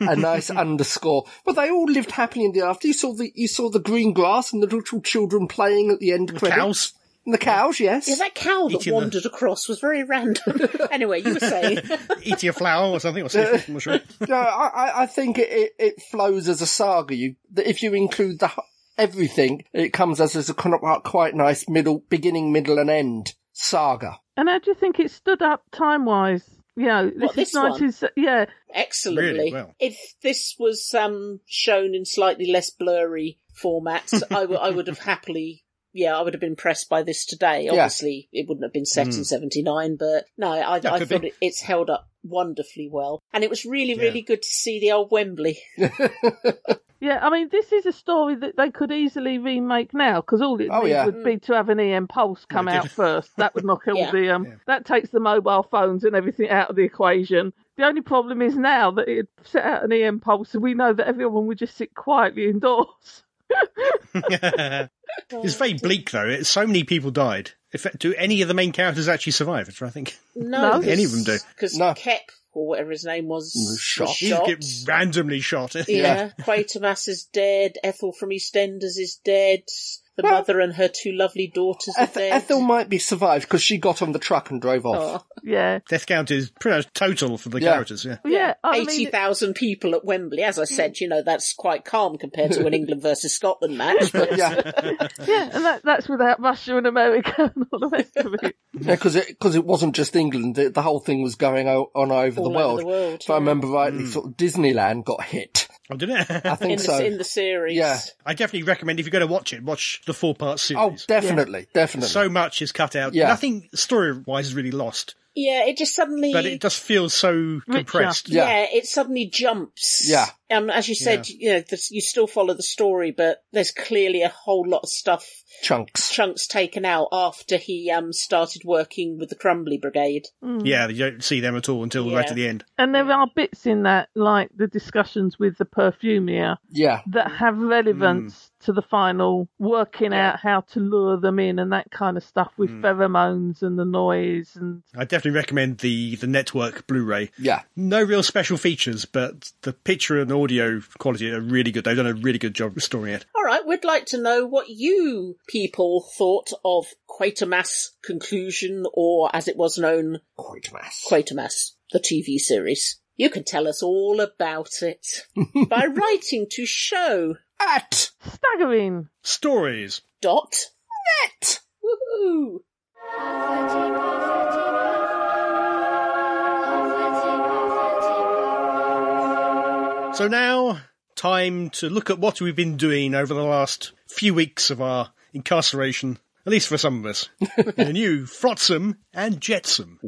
D: a nice underscore. But they all lived happily in the after. You saw the you saw the green grass and the little children playing at the end credits.
C: Cows.
D: And the cows, yes.
A: Yeah, that cow that
C: Eating the-
A: wandered across was very random. anyway, you were saying
C: Eating a flower or something, or something. I'm not sure.
D: no, I, I- I think it, it, it flows as a saga. You, that if you include the hu- everything, it comes as, as a kind of quite nice middle, beginning, middle, and end saga.
B: And how do you think it stood up time wise? You know, this
A: What,
B: is
A: this one?
B: 19. Yeah,
A: excellently.
C: Really well.
A: If this was um, shown in slightly less blurry formats, I w- I would have happily. Yeah, I would have been impressed by this today. Obviously, it wouldn't have been set in '79, but no, I,
C: Hmm. Yeah,
A: I
C: could
A: thought
C: be.
A: it, it's held up wonderfully well, and it was really, really good to see the old Wembley.
B: Yeah, I mean, this is a story that they could easily remake now because all it
D: Oh,
B: needs
D: yeah.
B: would be to have an EM Pulse come
C: Yeah,
B: out
C: did-
B: first. That would knock all
A: Yeah.
B: the um, that takes the mobile phones and everything out of the equation. The only problem is now that it set out an EM Pulse, and we know that everyone would just sit quietly indoors.
C: It's very bleak, though. It's, so many people died. In fact, do any of the main characters actually survive? I'm trying to think.
A: No,
B: No.
C: Any of them do. Mm,
A: Because
D: No.
A: Kep, or whatever his name was,
D: Was shot.
A: was
C: You
A: shot.
C: get randomly shot.
A: Yeah, Quatermass is dead. Ethel from EastEnders is dead. The
D: Well-
A: mother and her two lovely daughters are
D: Eth-
A: dead.
D: Ethel might be survived because she got on the truck and drove off.
A: Oh,
B: Yeah,
C: Death count is pretty much total for the
D: Yeah.
C: characters, yeah.
B: yeah. I mean,
A: eighty
B: it-
A: thousand people at Wembley. As I said, you know that's quite calm compared to an England versus Scotland match. But
D: Yeah,
B: Yeah, and that, that's without Russia and America and all the rest of it.
D: because it because it wasn't just England; it, the whole thing was going o- on over
A: All
D: the
A: over
D: world.
A: the world,
D: if I
A: yeah.
D: remember rightly, sort of Disneyland got hit.
C: I don't know.
D: I think
A: in the
D: so.
A: in the series,
D: Yeah.
C: I definitely recommend if you're going to watch it, watch the four part
D: oh,
C: series.
D: definitely, definitely.
C: so much is cut out.
D: Yeah.
C: Nothing story wise is really lost,
A: yeah, it just suddenly
C: but it just feels so compressed.
D: Yeah.
A: yeah. it suddenly jumps.
D: Yeah.
A: Um, as you said, you know, this, you still follow the story, but there's clearly a whole lot of stuff,
D: chunks.
A: chunks taken out after he um started working with the Crumbly Brigade.
D: Mm.
C: Yeah, you don't see them at all until right
A: Yeah.
C: at the end.
B: And there are bits in that, like the discussions with the perfumier,
D: Yeah,
B: that
C: Mm.
B: have relevance to the final working out how to lure them in and that kind of stuff with
C: Mm.
B: pheromones and the noise and
C: I definitely recommend the the network Blu-ray.
D: yeah.
C: No real special features, but the picture and audio quality are really good. They've done a really good job restoring it.
A: All right, we'd like to know what you people thought of Quatermass conclusion, or as it was known,
D: Quatermass.
A: Quatermass, the TV series. You can tell us all about it by writing to show
D: At
B: staggering.
C: Stories.
A: dot
D: net.
A: woohoo
E: Poverty, poverty, poverty,
C: So now, time to look at what we've been doing over the last few weeks of our incarceration, at least for some of us. the new Flotsam and Jetsam.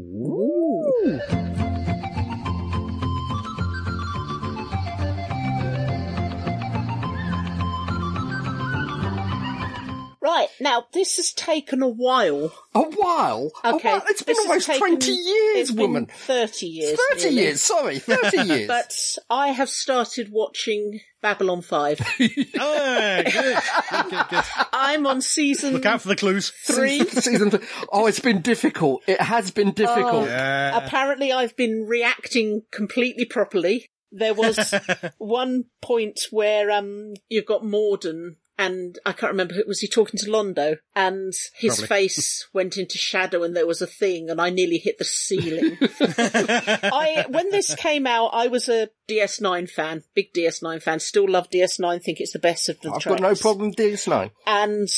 A: Right now, this has taken a while.
D: A while. A
A: Okay,
D: while. Oh, It's been
A: this has
D: almost
A: taken-
D: twenty years,
A: it's been
D: woman.
A: Thirty years.
D: Thirty
A: nearly.
D: years. Sorry, thirty years.
A: But I have started watching Babylon Five.
C: Oh, good. good, good, good.
A: I'm on season
C: Look out for the clues.
A: three. Oh,
D: Season three. Oh, it's been difficult. It has been difficult.
C: Yeah.
A: apparently I've been reacting completely properly. There was one point where um you've got Morden and I can't remember who was he talking to Londo and his
C: Probably.
A: face went into shadow and there was a thing and I nearly hit the ceiling. I when this came out I was a DS9 fan, big DS9 fan, still love DS9, think it's the best of the
D: I've
A: tracks
D: got no problem with DS9.
A: and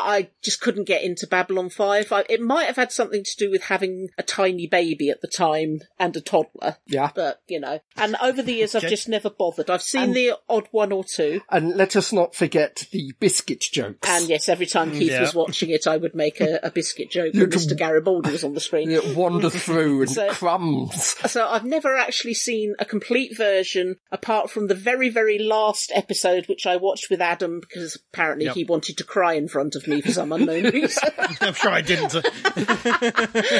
A: I just couldn't get into Babylon 5. I, it might have had something to do with having a tiny baby at the time and a toddler.
D: Yeah.
A: But, you know, and over the years, I've just never bothered. I've seen the odd one or two.
D: And let us not forget the biscuit jokes.
A: And yes, every time Keith
C: yeah.
A: was watching it, I would make a, a biscuit joke when Mr. Garibaldi was on the screen.
D: that wander through and
A: So-
D: crumbs.
A: So I've never actually seen a complete version apart from the very, very last episode, which I watched with Adam because apparently
C: Yep.
A: he wanted to cry in front of me for some unknown reason.
C: I'm sure I didn't. I'm sure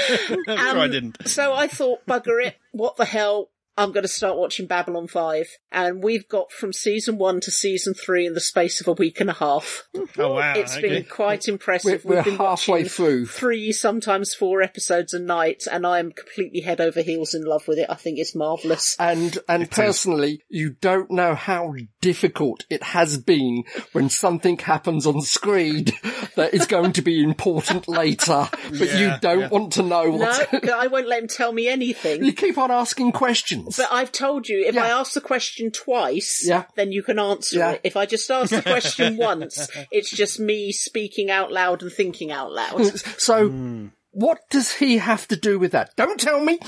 C: I didn't.
A: So I thought, bugger it, what the hell? I'm going to start watching Babylon 5. And we've got from season one to season three in the space of a week and a half.
C: Oh, wow.
A: It's
C: okay.
A: been quite impressive.
D: We're-
A: We've
D: we're
A: been
D: halfway
A: watching
D: through.
A: Three, sometimes four episodes a night, and I'm completely head over heels in love with it. I think it's marvellous.
D: And and personally, you don't know how difficult it has been when something happens on screen that is going to be important later, but you
C: Yeah,
D: don't
C: yeah.
D: want to know
A: No,
D: what's.
A: I won't let him tell me anything.
D: You keep on asking questions.
A: But I've told you, if
D: Yeah.
A: I ask the question twice,
D: Yeah.
A: then you can answer
D: Yeah.
A: it. If I just ask the question once, it's just me speaking out loud and thinking out loud.
D: so. What does he have to do with that? Don't tell me.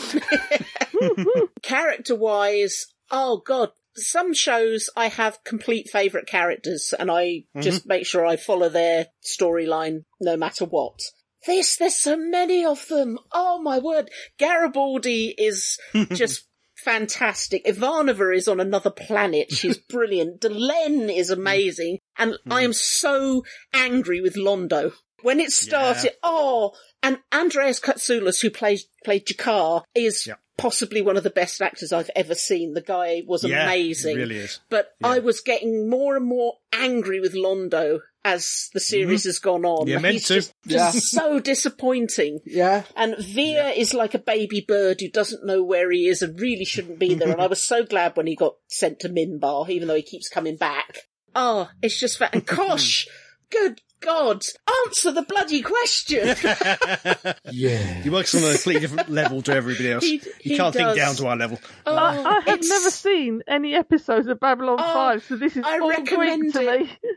A: character wise, oh god, some shows I have complete favourite characters and I just make sure I follow their storyline no matter what. This, there's so many of them. Oh my word. Garibaldi is just fantastic. Ivanova is on another planet. She's brilliant. Delenn is amazing. And
C: Hmm.
A: I am so angry with Londo. When it started, oh, and Andreas Katsoulis, who plays, played Jakar, is
C: Yeah.
A: possibly one of the best actors I've ever seen. The guy was
C: Yeah, he
A: amazing.
C: really is.
A: But I was getting more and more angry with Londo as
D: Mm-hmm.
A: the series has gone on.
C: You're meant
A: He's
C: to.
A: just,
D: Yeah.
A: just so disappointing.
D: Yeah.
A: And Veer is like a baby bird who doesn't know where he is and really shouldn't be there. and I was so glad when he got sent to Minbar, even though he keeps coming back. Oh, it's just fat. And Kosh, good God, answer the bloody question.
D: Yeah.
C: He works on a completely different level to everybody else.
A: He-
C: You
A: he
C: can't think
A: does.
C: down to our level.
A: Oh,
B: I have
A: it's-
B: never seen any episodes of Babylon
A: Oh,
B: 5, so this is
A: I
B: all Greek
A: recommend
B: to
A: it.
B: me.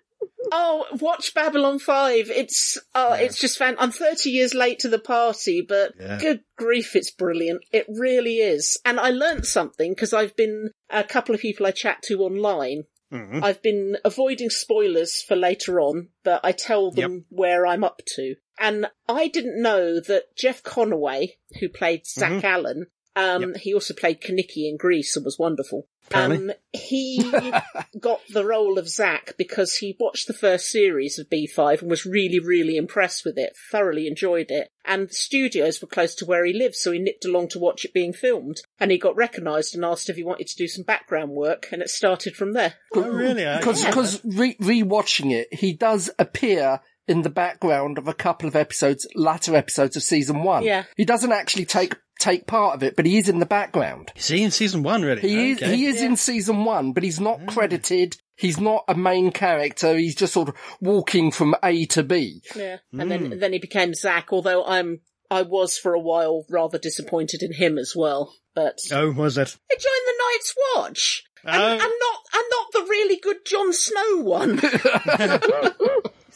A: Oh, watch Babylon 5. It's, oh, it's just fan. I'm 30 years late to the party, but
C: Yeah.
A: good grief, it's brilliant. It really is. And I learnt something because I've been a couple of people I chat to online.
D: Mm-hmm.
C: Mm-hmm.
A: I've been avoiding spoilers for later on, but I tell them where I'm up to. And I didn't know that Jeff Conaway, who played Zach Allen, um, he also played Kaniki in Greece and was wonderful. Um,
C: Apparently.
A: he got the role of Zach because he watched the first series of B5 and was really, really impressed with it, thoroughly enjoyed it. And the studios were close to where he lived, so he nipped along to watch it being filmed. And he got recognised and asked if he wanted to do some background work, and it started from there.
C: Oh, really? I-
D: Because re- rewatching it, he does appear in the background of a couple of episodes, latter episodes of season one.
A: Yeah.
D: He doesn't actually take take part of it, but he is in the background.
C: Is he in season one, really?
D: He
C: Okay. Hmm.
D: is he is in season one, but he's not credited. He's not a main character. He's just sort of walking from A to B.
A: Yeah, and
C: Hmm.
A: then then he became Zack. Although I'm I was for a while rather disappointed in him as well. But
C: Oh, was it?
A: I joined the Night's Watch. And,
C: Oh.
A: and not and not the really good Jon Snow one.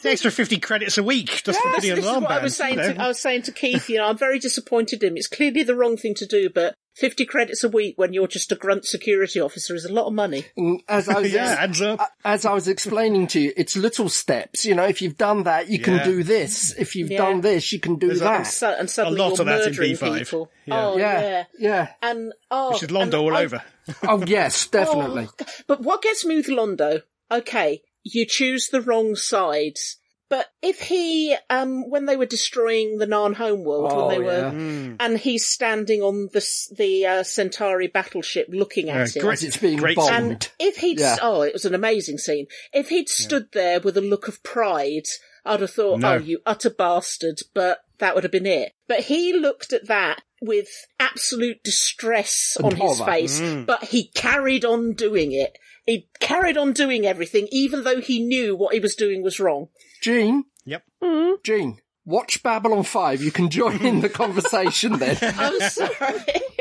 C: It's an extra 50 credits a week just for
A: This,
C: video
A: this is
C: alarm
A: what I was saying.
C: bands, you
A: To,
C: know.
A: I was saying to Keith, you know, I'm very disappointed in him. It's clearly the wrong thing to do, but 50 credits a week when you're just a grunt security officer is a lot of money.
D: And as I was
C: Yeah, uh, adds up.
D: Uh, as I was explaining to you, it's little steps. You know, if you've done that, you
C: Yeah.
D: can do this. If you've
A: Yeah.
D: done this, you can do
C: There's a-
D: that.
A: So, and suddenly
C: lot
A: you're
C: of that in
A: murdering
C: B5.
A: people.
C: Yeah.
A: Oh yeah.
D: yeah, yeah,
A: and oh,
C: Which is Londo
A: and
C: all
A: I-
C: over.
D: Oh yes, definitely.
A: Oh, God. but what gets me with Londo? Okay, you choose the wrong sides. But if he, um, when they were destroying the Narn homeworld,
D: Oh,
A: when they
D: yeah.
A: were, and he's standing on the s- the uh, Centauri battleship looking at
C: Yeah,
A: it,
C: great.
D: As it's being
C: Great
D: bombed.
A: and if he'd,
D: Yeah.
A: oh, it was an amazing scene. If he'd stood there with a look of pride, I'd have thought,
C: No.
A: oh, you utter bastard, but that would have been it. But he looked at that with absolute distress
D: And
A: on his
D: horror. Mm.
A: face, but he carried on doing it. He carried on doing everything, even though he knew what he was doing was wrong.
D: Gene,
C: Yep.
D: Gene, watch Babylon 5. You can join in the conversation then.
A: I'm sorry.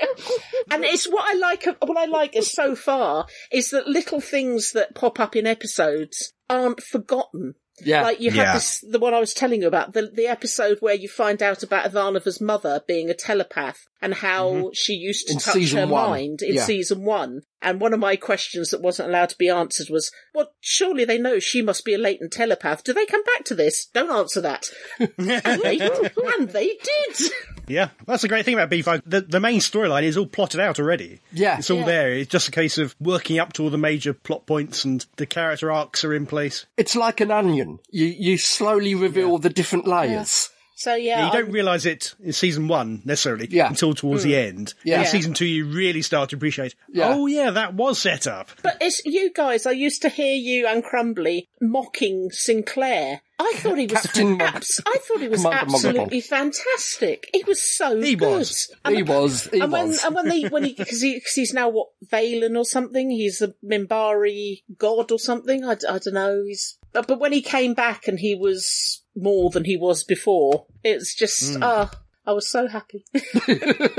A: and it's what I like. What I like is so far is that little things that pop up in episodes aren't forgotten.
D: Yeah.
A: Like you
C: Yeah.
A: have this, the one I was telling you about, the, the episode where you find out about Ivanova's mother being a telepath and how she used to
D: In
A: touch
D: season
A: her
D: one.
A: mind in
D: Yeah.
A: season one. And one of my questions that wasn't allowed to be answered was, well, surely they know she must be a latent telepath. Do they come back to this? Don't answer that. and, they, and they did.
C: Yeah. That's the great thing about B5. The, the main storyline is all plotted out already.
D: Yeah.
C: It's all there. It's just a case of working up to all the major plot points and the character arcs are in place.
D: It's like an onion. You you slowly reveal the different layers.
A: So yeah,
C: you
A: I'm-
C: don't realise it in season one necessarily
D: Yeah.
C: until towards the
A: Hmm.
C: end.
D: Yeah.
C: In season two, you really start to appreciate,
D: Yeah.
C: oh, yeah, that was set up.
A: But it's you guys. I used to hear you and Crumbly mocking Sinclair. I thought he was
D: Captain Mog-
A: abs- I thought he was
D: Commander Moggle.
A: absolutely fantastic. He was so
C: He
A: good.
C: was.
A: And
D: He was. He
A: and when
D: was.
A: and when they when he because he, 'cause he's now what Valen or something. He's a Mimbari god or something. I, don't know. He's but, but when he came back and he was more than he was before, it's
D: Hmm.
A: just ah. I was so happy.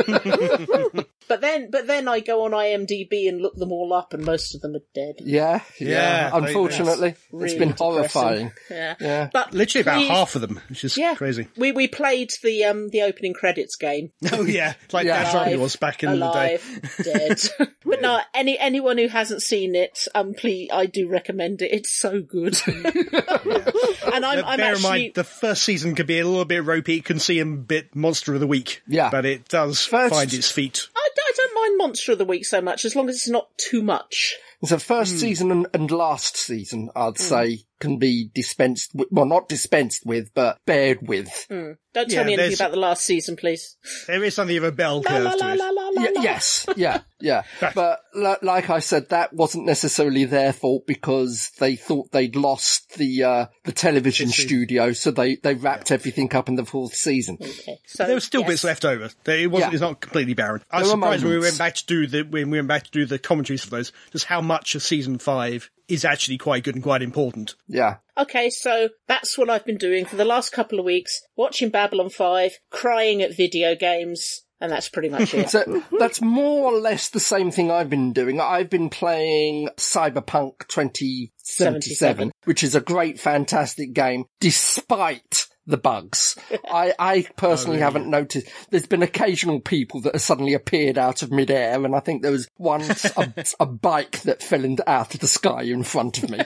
A: but then, but then I go on IMDb and look them all up, and most of them are dead.
D: Yeah,
C: Yeah,
D: yeah.
C: they-
D: Unfortunately, it's
A: really
D: been
A: depressing.
D: horrifying.
A: Yeah.
D: Yeah.
A: But
C: Literally about
A: please-
C: half of them, which is
A: Yeah.
C: crazy.
A: We we played the um the opening credits game.
C: Oh, yeah. Like
D: Yeah.
C: Dash Army was back in
A: alive,
C: the day.
A: dead. but no, any anyone who hasn't seen it, um, please, I do recommend it. It's so good. and I'm,
C: But
A: I'm
C: bear
A: actually
C: in mind, the first season could be a little bit ropey. It can seem a bit monster of the week.
D: Yeah.
C: But it does
D: First-
C: find its feet.
A: I, don't- I don't mind Monster of the Week so much as long as it's not too much.
D: So
C: Hmm.
D: first season and, and last season, I'd
A: Hmm.
D: say, can be dispensed with, well, not dispensed with, but bared with.
A: Don't tell
C: Yeah,
A: me anything
C: there's-
A: about the last season, please.
C: There is something of a bell
A: La, la,
C: curve
A: la,
C: to
A: la,
C: it.
A: la, la,
D: Y-
A: la.
D: yes, yeah, yeah. but li- like I said, that wasn't necessarily their fault because they thought they'd lost the uh, the television studio, so they they wrapped everything up in the fourth season.
A: Okay, so,
C: There were still
A: yes.
C: bits left over. There- It wasn't.
D: Yeah.
C: It's not completely barren. I was
D: There were
C: surprised when we
D: moments.
C: went back to do the when we went back to do the commentaries for those. Just how much of season five is actually quite good and quite important.
D: Yeah,
A: Okay, so that's what I've been doing for the last couple of weeks, watching Babylon 5, crying at video games, and that's pretty much it.
D: so that's more or less the same thing I've been doing. I've been playing Cyberpunk twenty seventy
A: 77.
D: seven, which is a great, fantastic game, despite the bugs. I, I personally haven't noticed. There's been occasional people that have suddenly appeared out of midair, and I think there was once a, a bike that fell in, out of the sky in front of me.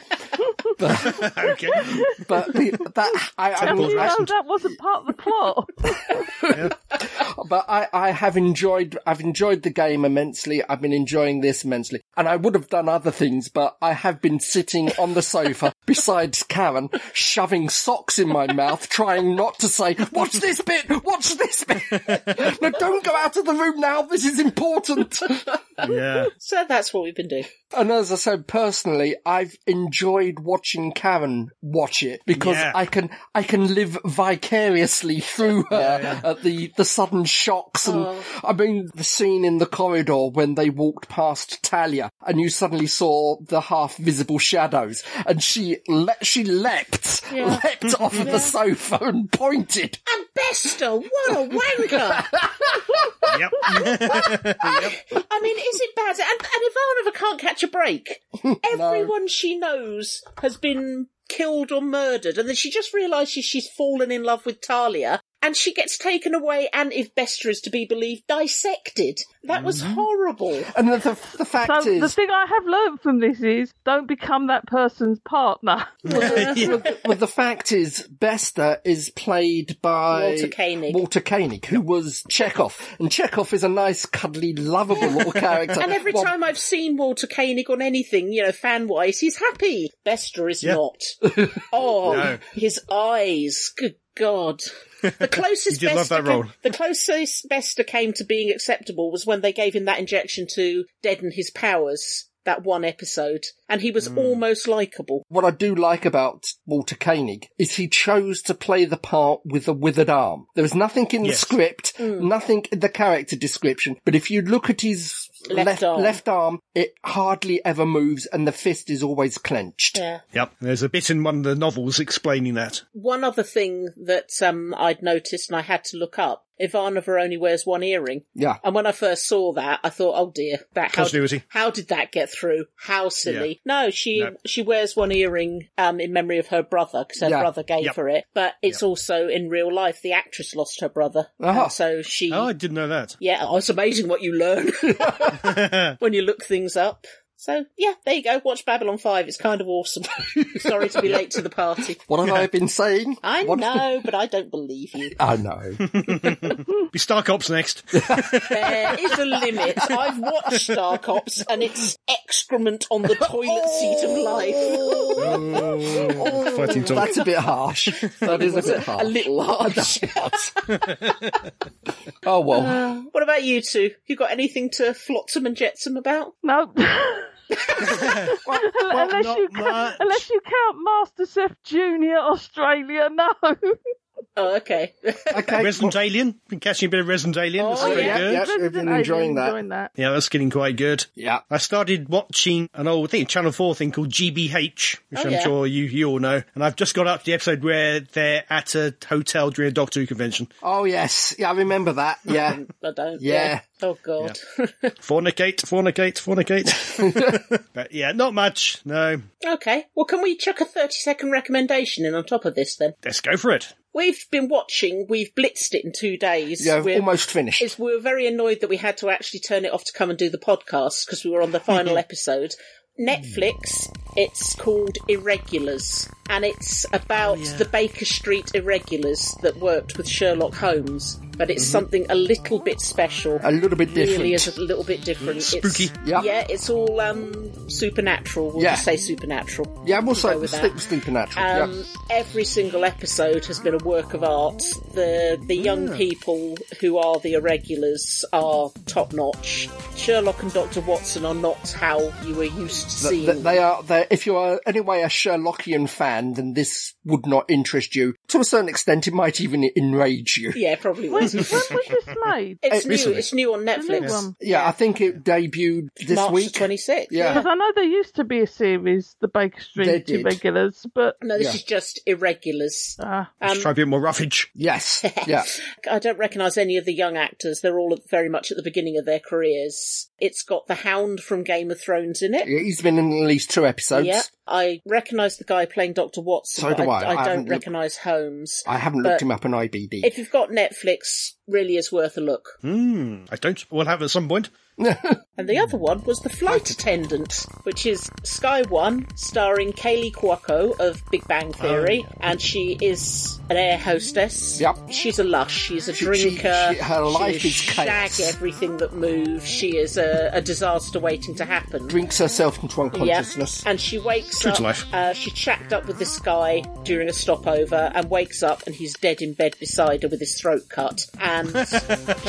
C: okay.
D: But the, that I, I,
B: How do
D: will-
B: you
D: I,
B: know that wasn't part of the plot?
D: but I, I have enjoyed I've enjoyed the game immensely. I've been enjoying this immensely, and I would have done other things, but I have been sitting on the sofa beside Karen, shoving socks in my mouth, trying not to say "Watch this bit, watch this bit." no, don't go out of the room now. This is important.
C: Yeah.
A: so that's what we've been doing.
D: And as I said, personally, I've enjoyed watching Karen watch it because
C: Yeah.
D: I can I can live vicariously through her at the the sudden shocks and I mean the scene in the corridor when they walked past Talia and you suddenly saw the half visible shadows and she le- she leapt
A: Yeah.
D: leapt off of the sofa and pointed.
A: And Bester, what a wanker!
C: Yep.
A: I mean, is it bad? And, and Ivanova can't catch a break. Everyone she knows has been killed or murdered, and then she just realises she's fallen in love with Talia, and she gets taken away, and if Bester is to be believed, dissected. That was horrible.
D: And the, the, the fact
B: So
D: is,
B: the thing I have learned from this is don't become that person's partner.
D: well, the fact is, Bester is played by
A: Walter Koenig.
D: Walter Koenig, who was Chekhov, and Chekhov is a nice, cuddly, lovable little character.
A: And every
D: Well,
A: time I've seen Walter Koenig on anything, you know, fan wise, he's happy. Bester is
C: Yeah.
A: not. Oh,
C: No.
A: his eyes. Good God. The closest
C: You did love
A: Bester
C: that role.
A: Came, the closest Bester came to being acceptable was when they gave him that injection to deaden his powers. That one episode, and he
C: Hmm.
A: was almost likable.
D: what I do like about Walter Koenig is he chose to play the part with a withered arm. There was nothing in
C: Yes.
D: the script,
A: Mm.
D: nothing in the character description, but if you look at his
A: Left
D: left,
A: arm.
D: left arm, it hardly ever moves and the fist is always clenched.
A: Yeah.
C: Yep. There's a bit in one of the novels explaining that.
A: One other thing that um, I'd noticed and I had to look up: Ivanova only wears one earring.
D: Yeah.
A: And when I first saw that, I thought, "Oh dear, that how,
C: Continuity.
A: how did that get through? How silly!" No, she
C: No.
A: she wears one earring um, in memory of her brother because her
D: Yeah.
A: brother gave
C: Yep.
A: her it. But it's also in real life the actress lost her brother,
D: Ah.
A: and so she.
C: Oh, I didn't know that.
A: Yeah, oh, it's amazing what you learn when you look things up. So yeah, there you go. Watch Babylon Five. It's kind of awesome. Sorry to be late to the party.
D: What have I been saying?
A: I
D: What-
A: know, but I don't believe you.
D: I know.
C: Be Stark Ops next.
A: There is a limit. I've watched Star Cops and it's excrement on the toilet seat of life.
D: Oh,
C: Fighting talk.
D: That's a bit harsh. That is a bit
A: A
D: harsh.
A: little harsh.
D: Oh well.
A: what about you two? You got anything to flotsam and jetsam about?
B: No. unless, you count,
C: not much.
B: unless you count MasterChef Junior Australia, no.
A: Oh, okay.
D: Okay.
C: Resident Alien. Been catching a bit of Resident Alien. that's
A: Oh,
C: pretty
A: yeah,
C: good.
D: yeah. I've been
B: Resident
D: enjoying
B: Alien,
D: that.
B: Enjoying that.
C: Yeah, that's getting quite good.
D: Yeah.
C: I started watching an old thing, Channel 4 thing called GBH, which
A: Oh,
C: I'm
A: yeah.
C: sure you, you all know. And I've just got up to the episode where they're at a hotel during a Doctor Who convention.
D: Oh yes. Yeah, I remember that. Yeah.
A: I don't.
D: Yeah.
A: Oh, God.
C: Fornicate, fornicate, fornicate. but yeah, not much. No,
A: okay. Well, can we chuck a 30 second recommendation in on top of this then?
C: let's go for it.
A: We've been watching, we've blitzed it in two days.
D: Yeah,
A: We're-
D: almost finished.
A: is we were very annoyed that we had to actually turn it off to come and do the podcast because we were on the
D: Mm-hmm.
A: final episode. Netflix, it's called Irregulars,
D: Oh,
A: and it's about the Baker Street irregulars that worked with Sherlock Holmes. but it's something a little bit special.
D: Mm-hmm. A little bit
A: Really
D: different.
A: is a little bit different.
C: Spooky.
A: It's,
D: Yeah.
A: Yeah, it's all um, supernatural. We'll
D: Yeah.
A: just say supernatural.
D: Yeah, we'll
A: go
D: say
A: with
D: stick
A: that.
D: with supernatural.
A: Um,
D: yeah.
A: Every single episode has been a work of art. The the young people who are the irregulars are top notch. Sherlock and Doctor Watson are not how you were used to
D: Th-
A: seeing.
D: th- they are. They, if you are anyway a Sherlockian fan, then this would not interest you. To a certain extent, it might even enrage you.
A: yeah, probably
B: When, when
A: was.
B: was this made?
A: It's
D: Uh,
A: new.
C: recently.
A: It's new on
B: The new
A: Netflix.
B: one.
D: Yeah, I think it debuted this
A: March
D: week.
A: twenty sixth.
D: Yeah.
B: Because I know there used to be a series, The Baker
D: There
B: Street
D: did.
B: Irregulars, but
A: No, this
D: Yeah.
A: is just irregulars. Um,
B: uh,
C: Let's try a bit more roughage.
D: Yes. Yeah.
A: I don't recognise any of the young actors. They're all very much at the beginning of their careers. It's got the Hound from Game of Thrones in it.
D: Yeah, He's been in at least two episodes.
A: Yeah, I recognise the guy playing Doctor Watson.
D: So
A: but
D: do
A: I,
D: I. I haven't
A: don't
D: looked-
A: recognise Holmes.
D: I haven't looked
A: But-
D: him up on IBD.
A: If you've got Netflix, really is worth a look.
C: Hmm, I don't. We'll have it at some point.
A: And the other one was The Flight Attendant, which is Sky One, starring Kaylee Cuoco of Big
D: Oh,
A: Bang Theory, and she is an air hostess.
D: Yep.
A: She's a lush, she's a
D: She-
A: drinker.
D: she- she- her life
A: she
D: is chaos.
A: shag everything that moves. She is a, a disaster waiting to happen.
D: Drinks herself into unconsciousness.
A: Yeah. And she wakes
C: True
A: up.
C: to life.
A: Uh, she shacked up with this guy during a stopover and wakes up and he's dead in bed beside her with his throat cut. And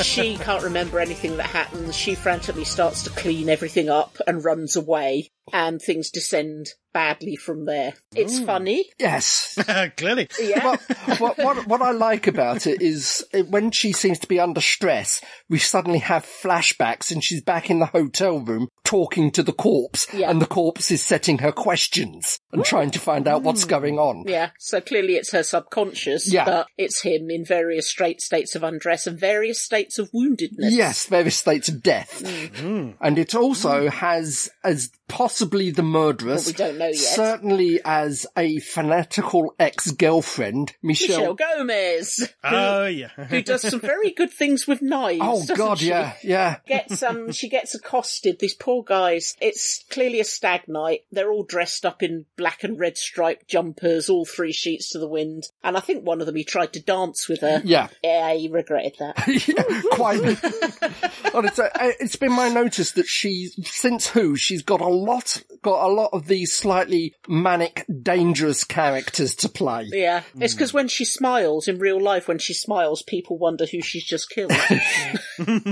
A: she can't remember anything that happened. She frantically starts to clean everything up and runs away. And things descend badly from there. It's funny.
D: Yes.
C: Clearly.
A: Yeah.
D: what, what, what I like about it is uh, when she seems to be under stress, we suddenly have flashbacks and she's back in the hotel room talking to the corpse
A: Yeah.
D: and the corpse is setting her questions and trying to find out what's going on.
A: Mm. Yeah, so clearly it's her subconscious,
D: Yeah.
A: but it's him in various straight states of undress and various states of woundedness.
D: Yes, various states of death.
A: Mm.
D: And it also has as possibly the murderess.
A: Well, we don't know yet.
D: Certainly as a fanatical ex-girlfriend,
A: Michelle
D: Michelle.
A: Gomez,
C: Oh, yeah.
A: who does some very good things with knives.
D: Oh
A: doesn't
D: god,
A: she?
D: yeah, yeah.
A: gets um she gets accosted these poor guys it's clearly a stag night they're all dressed up in black and red striped jumpers all three sheets to the wind and i think one of them he tried to dance with her
D: Yeah.
A: yeah he regretted that
D: Yeah, quite. Well, it's, uh, it's been my notice that she, since Who, she's got a lot, got a lot of these slightly manic, dangerous characters to play.
A: yeah it's because when she smiles in real life when she smiles people wonder who she's just killed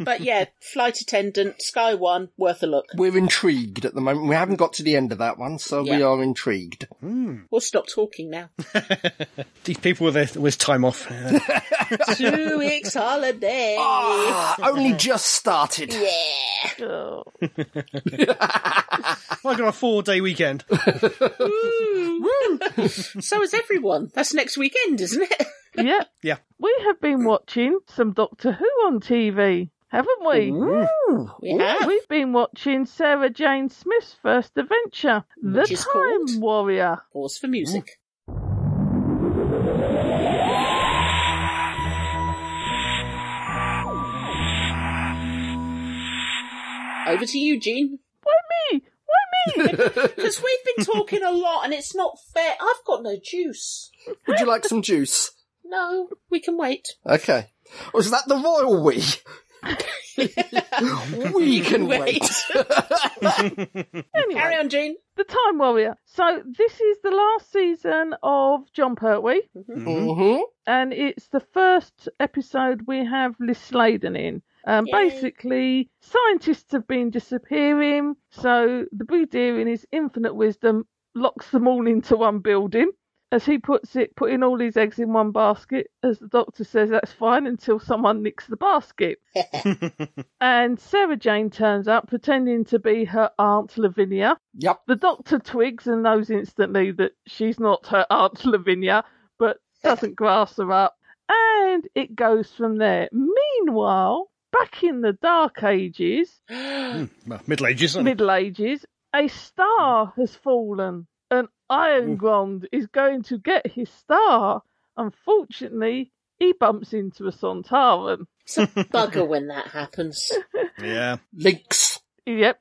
A: but yeah flight attendant sky one worth a look
D: We're intrigued at the moment. We haven't got to the end of that one, so we
A: Yeah.
D: are intrigued.
A: we'll stop talking now
C: These people with, their, with time off. Yeah.
A: two weeks holiday
D: Ah, only just started.
A: yeah
B: oh,
C: I got a four day weekend.
A: so is everyone that's next weekend isn't it
B: yeah.
C: Yeah.
B: We have been watching some Doctor Who on TV, haven't we?
A: we have
B: We've been watching Sarah Jane Smith's first adventure, The
A: Which is
B: Time
A: called?
B: Warrior.
A: Pause for music. Over to you, Gene.
B: Why me? Why me?
A: Because we've been talking a lot and it's not fair. I've got no juice.
D: Would you like some juice?
A: No, we can wait.
D: Okay. Was that the royal we? we can wait.
B: anyway.
A: Carry on, Gene.
B: The Time Warrior. So this is the last season of John Pertwee,
D: hmm
B: and it's the first episode we have Liz Sladen in. Um,
A: Yay.
B: basically, scientists have been disappearing, so the Brigadier, in his infinite wisdom, locks them all into one building. As he puts it, putting all his eggs in one basket, as the doctor says, that's fine until someone nicks the basket. and Sarah Jane turns up pretending to be her aunt Lavinia,
D: Yep.
B: the doctor twigs and knows instantly that she's not her aunt Lavinia, but doesn't grass her up. And it goes from there. Meanwhile, back in the Dark Ages,
C: Well, Middle Ages. isn't it?
B: Middle Ages, a star has fallen. And Irongrond is going to get his star. Unfortunately, he bumps into a Sontaran.
A: It's a bugger when that happens.
C: yeah.
D: Links.
B: Yep,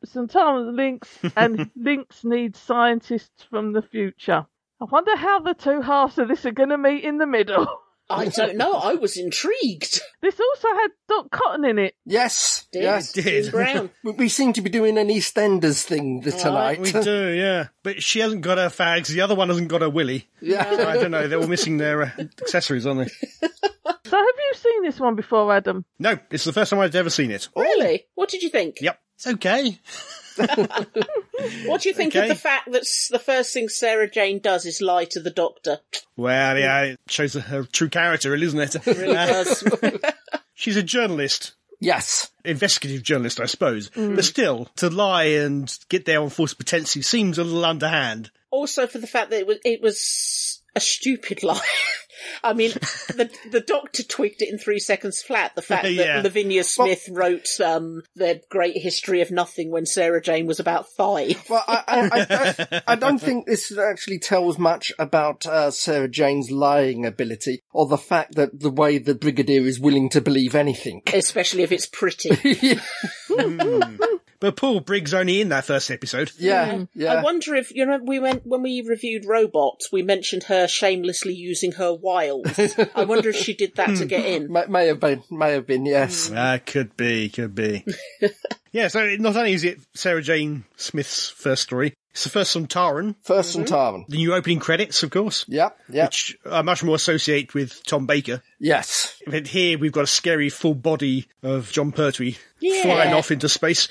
B: Sontaran links, and links needs scientists from the future. I wonder how the two halves of this are going to meet in the middle.
A: I don't know. I was intrigued.
B: This also had Doc Cotton in it.
D: Yes,
A: Did
D: yes.
C: did.
A: Dean Brown?
D: We, we seem to be doing an EastEnders thing th- tonight.
C: We do, yeah. But she hasn't got her fags. The other one hasn't got her willy.
D: yeah.
C: I don't know. They're all missing their uh, accessories, aren't they?
B: So have you seen this one before, Adam?
C: No, it's the first time I've ever seen it.
A: Really? What did you think?
C: Yep. It's okay.
A: What do you think
C: Okay.
A: of the fact that s- the first thing Sarah Jane does is lie to the doctor?
C: Well, yeah, it shows her true character, really, isn't it? Uh,
A: Because
C: she's a journalist.
D: Yes.
C: Investigative journalist, I suppose, but still to lie and get there on false pretenses seems a little underhand.
A: also for the fact that it was, it was a stupid lie. I mean, the the doctor twigged it in three seconds flat. The fact that
C: Yeah.
A: Lavinia Smith wrote um, their great history of nothing when Sarah Jane was about five.
D: Well, I, I, I, I, I don't think this actually tells much about uh, Sarah Jane's lying ability or the fact that the way the Brigadier is willing to believe anything.
A: Mm. Especially if it's pretty.
C: But Paul Briggs only in that first episode.
D: Yeah,
A: Um, I
D: yeah.
A: wonder if you know we went when we reviewed robots, we mentioned her shamelessly using her wiles. I wonder if she did that to get in.
D: May, may have been, may have been, yes.
A: Mm.
C: Ah, could be, could be. yeah, so it- not only is it Sarah Jane Smith's first story, it's the first from Taran.
D: First
A: Mm-hmm.
D: and Tarn.
C: The new opening credits, of course,
D: Yep, yep.
C: which I much more associate with Tom Baker.
D: Yes.
C: But here we've got a scary full body of John Pertwee
A: Yeah.
C: flying off into space.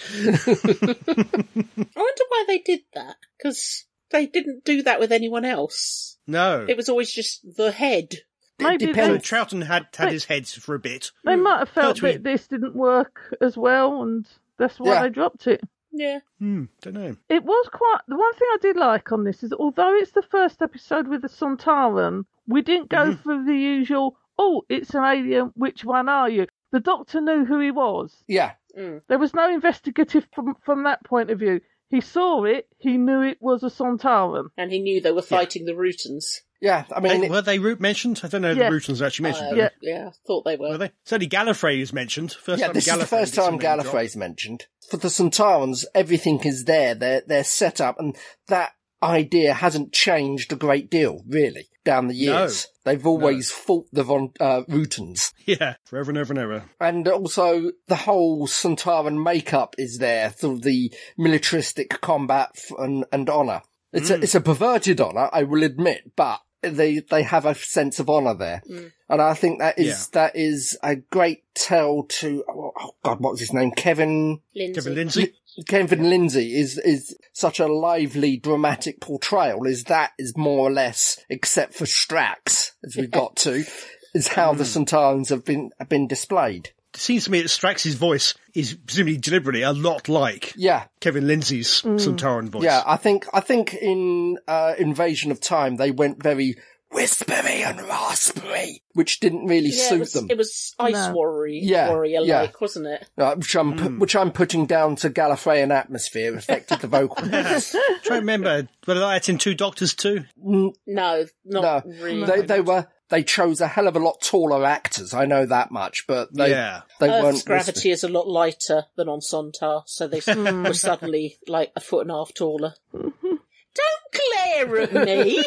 A: I wonder why they did that because they didn't do that with anyone else.
C: No.
A: It was always just the head.
B: Maybe they,
C: So
D: depends.
C: Troughton had, had his head for a bit.
B: they might have felt
C: Pertwee.
B: that this didn't work as well, and that's why
D: Yeah.
B: they dropped it.
A: Yeah.
C: Hmm, don't know.
B: It was quite the one thing I did like on this is although it's the first episode with the Sontaran, we didn't go
D: Mm-hmm.
B: for the usual. Oh, it's an alien. Which one are you? The Doctor knew who he was.
D: Yeah.
B: There was no investigative from from that point of view. He saw it. He knew it was a Sontaran.
A: and he knew they were fighting the Rootons.
D: Yeah. I mean,
C: They-
D: it-
C: were they Root mentioned? I don't know if
B: Yeah.
C: the Rootons were actually mentioned.
A: Uh,
C: but
A: yeah.
B: Yeah.
A: I thought they
C: Were
A: were.
C: they? Certainly Gallifrey is mentioned. First
D: yeah,
C: time
D: this
C: Gallifrey
D: is the first
C: gets a
D: time
C: name drop.
D: Gallifrey's mentioned. For the Centaurans, everything is there. They're, they're set up and that idea hasn't changed a great deal, really, down the
C: No.
D: years. They've always fought the Von, uh, Rutans.
C: Yeah, forever and ever and ever.
D: And also, the whole Centauran makeup is there through the militaristic combat f- and, and honour. It's a it's a perverted honour, I will admit, but they they have a sense of honour there, and I think that is
C: Yeah.
D: that is a great tell to oh, oh God, what was his name? Kevin
A: Lindsay.
C: Kevin Lindsay.
D: Kevin Lindsay is is such a lively, dramatic portrayal. Is that is more or less, except for Strax, as we got to, is how the Centaurans have been have been displayed.
C: It seems to me that Strax's voice is presumably deliberately a lot like
D: Yeah,
C: Kevin Lindsay's Centauran voice.
D: Mm. yeah. I think I think in uh, Invasion of Time they went very whispery and raspy, which didn't really
A: Yeah,
D: suit
A: it was,
D: them.
A: it was Ice
B: No.
A: Warrior,
D: Yeah,
A: warrior like,
D: yeah.
A: wasn't it?
D: Uh, which I'm pu- which I'm putting down to Gallifreyan atmosphere affected the vocal.
C: Try and remember, were that's in Two Doctors too?
A: No,
D: no,
A: not really.
D: they they were they chose a hell of a lot taller actors. I know that much, but they
C: Yeah.
D: they
A: Earth's
D: weren't
A: gravity is a lot lighter than on Sontar, so they were suddenly like a foot and a half taller. Mm-hmm. Don't glare at me!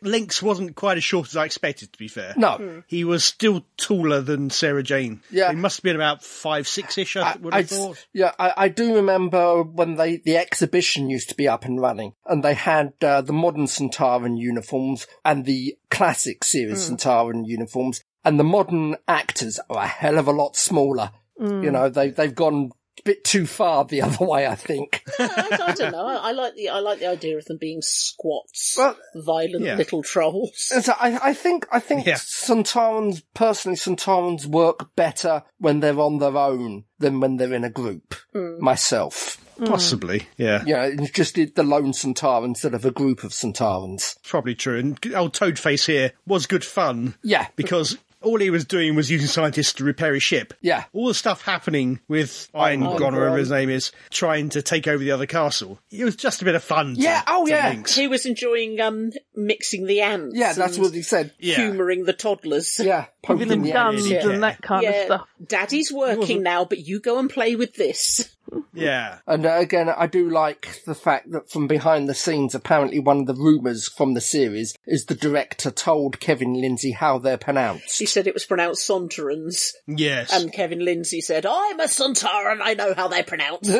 C: Lynx wasn't quite as short as I expected, to be fair.
D: No,
A: Hmm.
C: He was still taller than Sarah Jane.
D: Yeah.
C: He must have been about five, six ish, I,
D: I,
C: th- would
D: I
C: have
D: s-
C: thought.
D: yeah, I, I do remember when they the exhibition used to be up and running, and they had uh, the modern Centauran uniforms and the classic series Centauran uniforms, and the modern actors are a hell of a lot smaller. You know, they they've gone a bit too far the other way, I think.
A: No, I, I don't know. I, I like the I like the idea of them being squats,
D: Well,
A: violent
C: yeah.
A: little trolls.
D: And so I, I think I think
C: Yeah.
D: Centaurans personally Centaurans work better when they're on their own than when they're in a group. Myself.
C: Possibly. Yeah.
D: Hmm. Yeah, it's just the the lone Centaur instead of a group of Centaurans.
C: Probably true. And old Toadface here was good fun
D: Yeah,
C: because all he was doing was using scientists to repair his ship.
D: yeah, Oh,
C: all the stuff happening with Iron
A: Iron
C: Gone, or whatever
A: Gone.
C: his name is, trying to take over the other castle. It was just a bit of fun. to-
D: Yeah, oh,
C: to
D: yeah.
C: Lynx.
A: He was enjoying um mixing the ants.
D: yeah. That's
A: and
D: what he said.
C: Yeah.
A: humouring the toddlers.
D: Yeah, poking
C: them
D: the
C: down.
D: ants.
B: Guns
C: yeah.
B: and that kind of stuff.
A: Daddy's working now, but you go and play with this.
C: Yeah.
D: And uh, again, I do like the fact that from behind the scenes, apparently one of the rumours from the series is the director told Kevin Lindsay how they're pronounced.
A: She said it was pronounced Sontarans,
C: Yes.
A: and Kevin Lindsay said, I'm a Sontaran, I know how they're pronounced.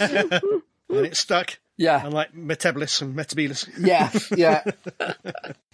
C: and it's stuck.
D: Yeah.
C: Unlike Metabolus and Metabolus.
D: Yeah, yeah.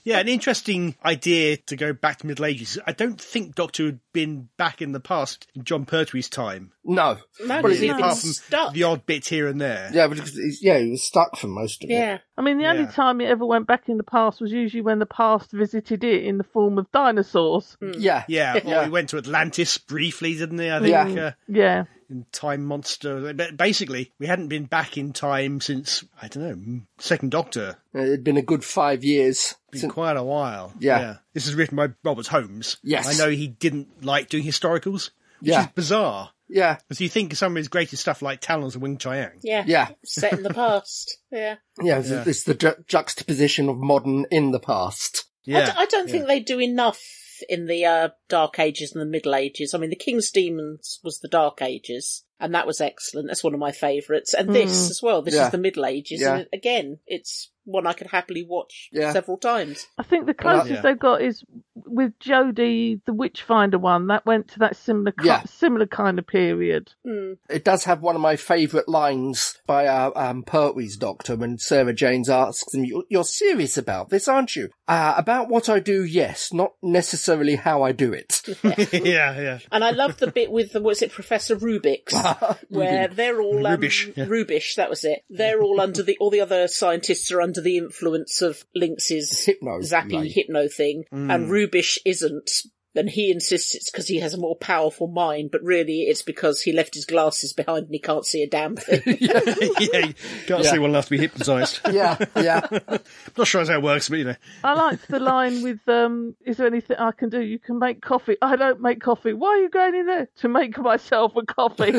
C: Yeah, an interesting idea to go back to Middle Ages. I don't think Doctor had been back in the past in John Pertwee's time.
D: No.
A: No,
D: But
A: he's
D: it-
A: been
C: Apart from
A: stuck.
C: the odd bit here and there.
D: Yeah, because he's- yeah, he was stuck for most of it.
A: yeah.
B: I mean, the only
C: Yeah.
B: time it ever went back in the past was usually when the past visited it in the form of dinosaurs.
D: Yeah.
C: Yeah, well,
D: Yeah.
C: he went to Atlantis briefly, didn't he? I think
D: Yeah.
C: uh,
B: Yeah.
C: in Time Monster. But basically, we hadn't been back in time since I don't know Second Doctor.
D: Uh, It'd been a good five years.
C: Been
D: since-
C: quite a while.
D: Yeah.
C: this is written by Robert Holmes.
D: Yes.
C: I know he didn't like doing historicals, which
D: Yeah.
C: is bizarre
D: yeah,
C: because you think some of his greatest stuff, like Talons and Wing Chiang.
A: Yeah.
D: Yeah.
A: Set in the past. Yeah.
D: yeah. It's, it's the ju- juxtaposition of modern in the past.
A: I d- I don't think they do enough in the uh, Dark Ages and the Middle Ages. I mean, the King's Demons was the Dark Ages, and that was excellent. That's one of my favourites. And this as well. This
D: Yeah.
A: is the Middle Ages,
D: Yeah.
A: and again, it's one I could happily watch
D: Yeah.
A: several times.
B: I think the
D: Well,
B: closest
C: yeah.
B: they've got is with Jodie, the Witchfinder one. That went to that similar ki-
D: Yeah.
B: similar kind of period.
D: It does have one of my favourite lines by uh, um, Pertwee's doctor when Sarah Jane's asks him, "You're, you're serious about this, aren't you? Uh, about what I do, yes, not necessarily how I do it."
C: yeah, yeah.
A: And I love the bit with the was it Professor Rubik's, where they're all um,
C: Rubish, yeah.
A: Rubish, That was it. They're all under the all the other scientists are under the influence of Lynx's
D: Hypno Mm.
A: zappy
D: ray.
A: hypno thing, and Rubish isn't. And he insists it's because he has a more powerful mind, but really it's because he left his glasses behind and he can't see a damn thing.
C: yeah, you can't see one enough to be hypnotised.
D: yeah, yeah,
C: Not sure how it works, but you know.
B: I liked the line with um, "Is there anything I can do? You can make coffee. I don't make coffee. Why are you going in there to make myself a coffee?"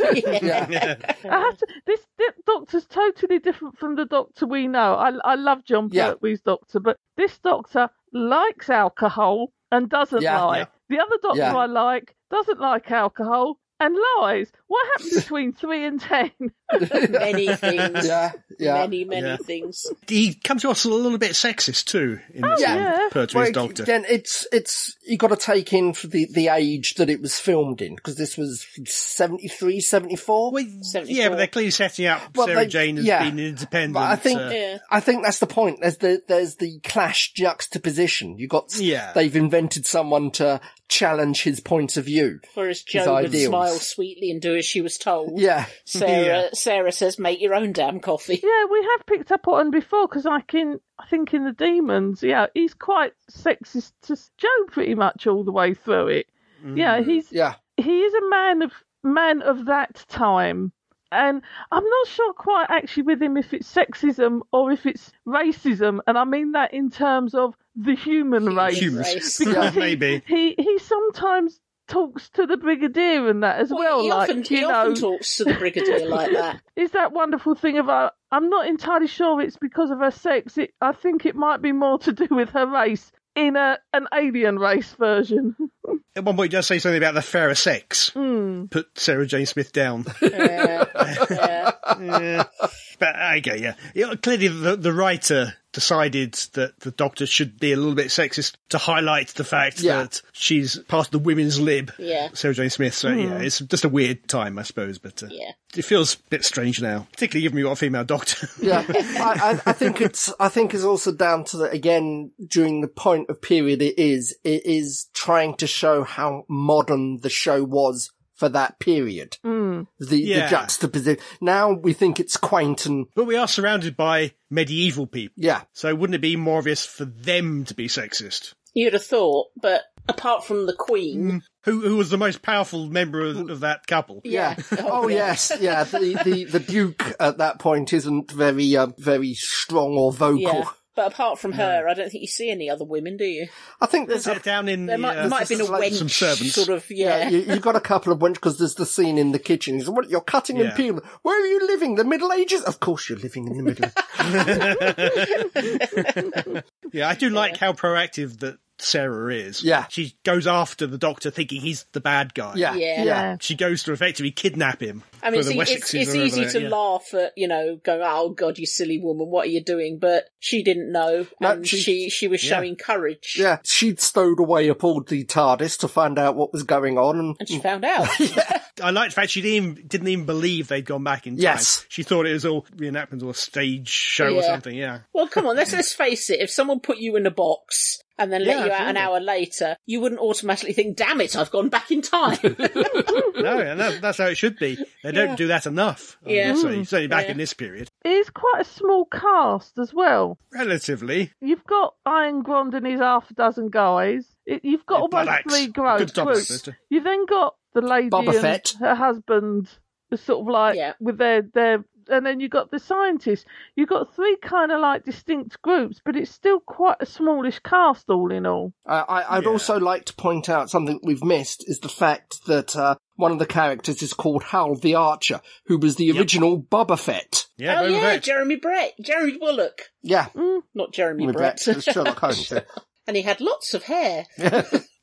D: yeah,
B: I have to, this di- doctor's totally different from the doctor we know. I, I love John
D: Yeah.
B: Pertwee's doctor, but this doctor likes alcohol and doesn't
D: Yeah,
B: lie.
D: yeah.
B: The other doctor
D: Yeah.
B: I like doesn't like alcohol and lies. What happened between three and ten?
A: many things.
D: yeah, yeah.
A: Many, many
C: Yeah.
A: things.
C: He comes across a little bit sexist too in this
D: Oh, yeah.
C: one,
B: Yeah.
C: Pertwee's
D: Well,
C: Doctor.
D: Again, it's it's you got to take in for the the age that it was filmed in because this was 73, 74.
C: Well, yeah,
A: 74.
C: but they're clearly setting up
D: Well,
C: Sarah
D: they-
C: Jane as
D: yeah.
C: being independent.
D: But I think
C: uh,
A: Yeah.
D: I think that's the point. There's the there's the clash juxtaposition. You got
C: Yeah.
D: they've invented someone to challenge his point of view.
A: Whereas Joe would
D: ideals.
A: smile sweetly and do as she was told.
D: Yeah,
A: Sarah,
C: Yeah.
A: Sarah says, "Make your own damn coffee."
B: Yeah, we have picked up on before because like in I think in the demons, yeah, he's quite sexist to s- Joe pretty much all the way through it. Yeah, he's
D: yeah,
B: he is a man of man of that time. And I'm not sure quite actually with him if it's sexism or if it's racism, and I mean that in terms of the human race.
C: humans.
A: Race.
B: Because he,
C: Maybe.
B: he he sometimes talks to the brigadier and that as well.
A: he
B: like
A: often,
B: you
A: he
B: know,
A: often talks to the brigadier like that.
B: is that wonderful thing of uh, I'm not entirely sure it's because of her sex. It, I think it might be more to do with her race in a an alien race version.
C: At one point, he does say something about the fairer sex.
A: Hmm.
C: Put Sarah Jane Smith down.
A: Yeah, yeah.
C: Yeah. But uh, okay, yeah. Yeah, Clearly, the, the writer decided that the doctor should be a little bit sexist to highlight the fact
D: Yeah.
C: that she's part of the women's lib.
A: Yeah.
C: Sarah Jane Smith. So,
D: Hmm.
C: yeah, it's just a weird time, I suppose, but uh,
A: Yeah.
C: it feels a bit strange now, particularly given we got a female doctor.
D: yeah. I, I, I think it's I think it's also down to that again during the point of period it is. It is trying to show how modern the show was for that period.
A: Mm.
D: The,
C: Yeah.
D: the juxtaposition. Now we think it's quaint and
C: but we are surrounded by medieval people.
D: yeah,
C: So wouldn't it be more obvious for them to be sexist?
A: You'd have thought, but apart from the Queen,
C: Who, who was the most powerful member of, of that couple?
A: yeah.
D: Oh yes, yeah. The, the the Duke at that point isn't very uh, very strong or vocal.
A: yeah. But apart from her, I don't think you see any other women, do you?
D: I think there's
C: Sit
D: a,
C: down in
A: There
C: the,
A: might,
C: uh,
A: might have been a
D: like
A: wench,
C: some servants.
A: sort of, yeah.
D: yeah, you, you've got a couple of wench because there's the scene in the kitchen. He's what you're cutting
C: Yeah.
D: and peeling. Where are you living? The Middle Ages? Of course you're living in the Middle. Ages.
C: Yeah, I do like how proactive that Sarah is.
D: Yeah.
C: She goes after the doctor thinking he's the bad guy.
D: Yeah.
A: Yeah.
B: Yeah.
C: She goes to effectively kidnap him.
A: I mean, it's,
C: for the
A: e- it's,
C: Wessexes
A: it's
C: or
A: easy
C: whatever,
A: to
C: yeah.
A: laugh at, you know, going, oh God, you silly woman, what are you doing? But she didn't know,
D: No,
A: and
D: she-
A: she, she, was showing courage.
D: Yeah, she'd stowed away aboard the TARDIS to find out what was going on.
A: And she found out.
C: I liked the fact she didn't even, didn't even believe they'd gone back in time.
D: Yes.
C: She thought it was all reenactments or a stage show or
A: Yeah.
C: something, yeah.
A: well, come on, let's, let's face it. If someone put you in a box and then let
C: Yeah,
A: you out an
C: absolutely.
A: hour later, you wouldn't automatically think, damn it, I've gone back in time.
C: No, and that, that's how it should be. They don't do that enough. I
A: Yeah. Mm.
C: would say, certainly back
A: Yeah.
C: in this period.
B: It is quite a small cast as well.
C: Relatively.
B: You've got Iron Grond and his half a dozen guys. It, you've got
C: Yeah,
A: Oh,
B: almost
C: Bad Axe.
B: three gro-
C: Good double
B: groups.
C: sister.
B: You've then got the lady
D: Boba
B: and
D: Fett.
B: her husband, is sort of like
A: Yeah.
B: with their their, and then you got the scientists. You've got three kind of like distinct groups, but it's still quite a smallish cast all in all.
D: Uh, I, I'd
C: Yeah.
D: also like to point out something we've missed is the fact that uh, one of the characters is called Hal the Archer, who was the original Boba Fett.
C: Yeah,
A: oh
C: Boba
A: yeah,
C: Fett.
A: Jeremy Brett, Jeremy Bullock,
D: Yeah,
A: not Jeremy
D: with
A: Mm, Brett.
D: that- uh, Sherlock Holmes. yeah.
A: and he had lots of hair.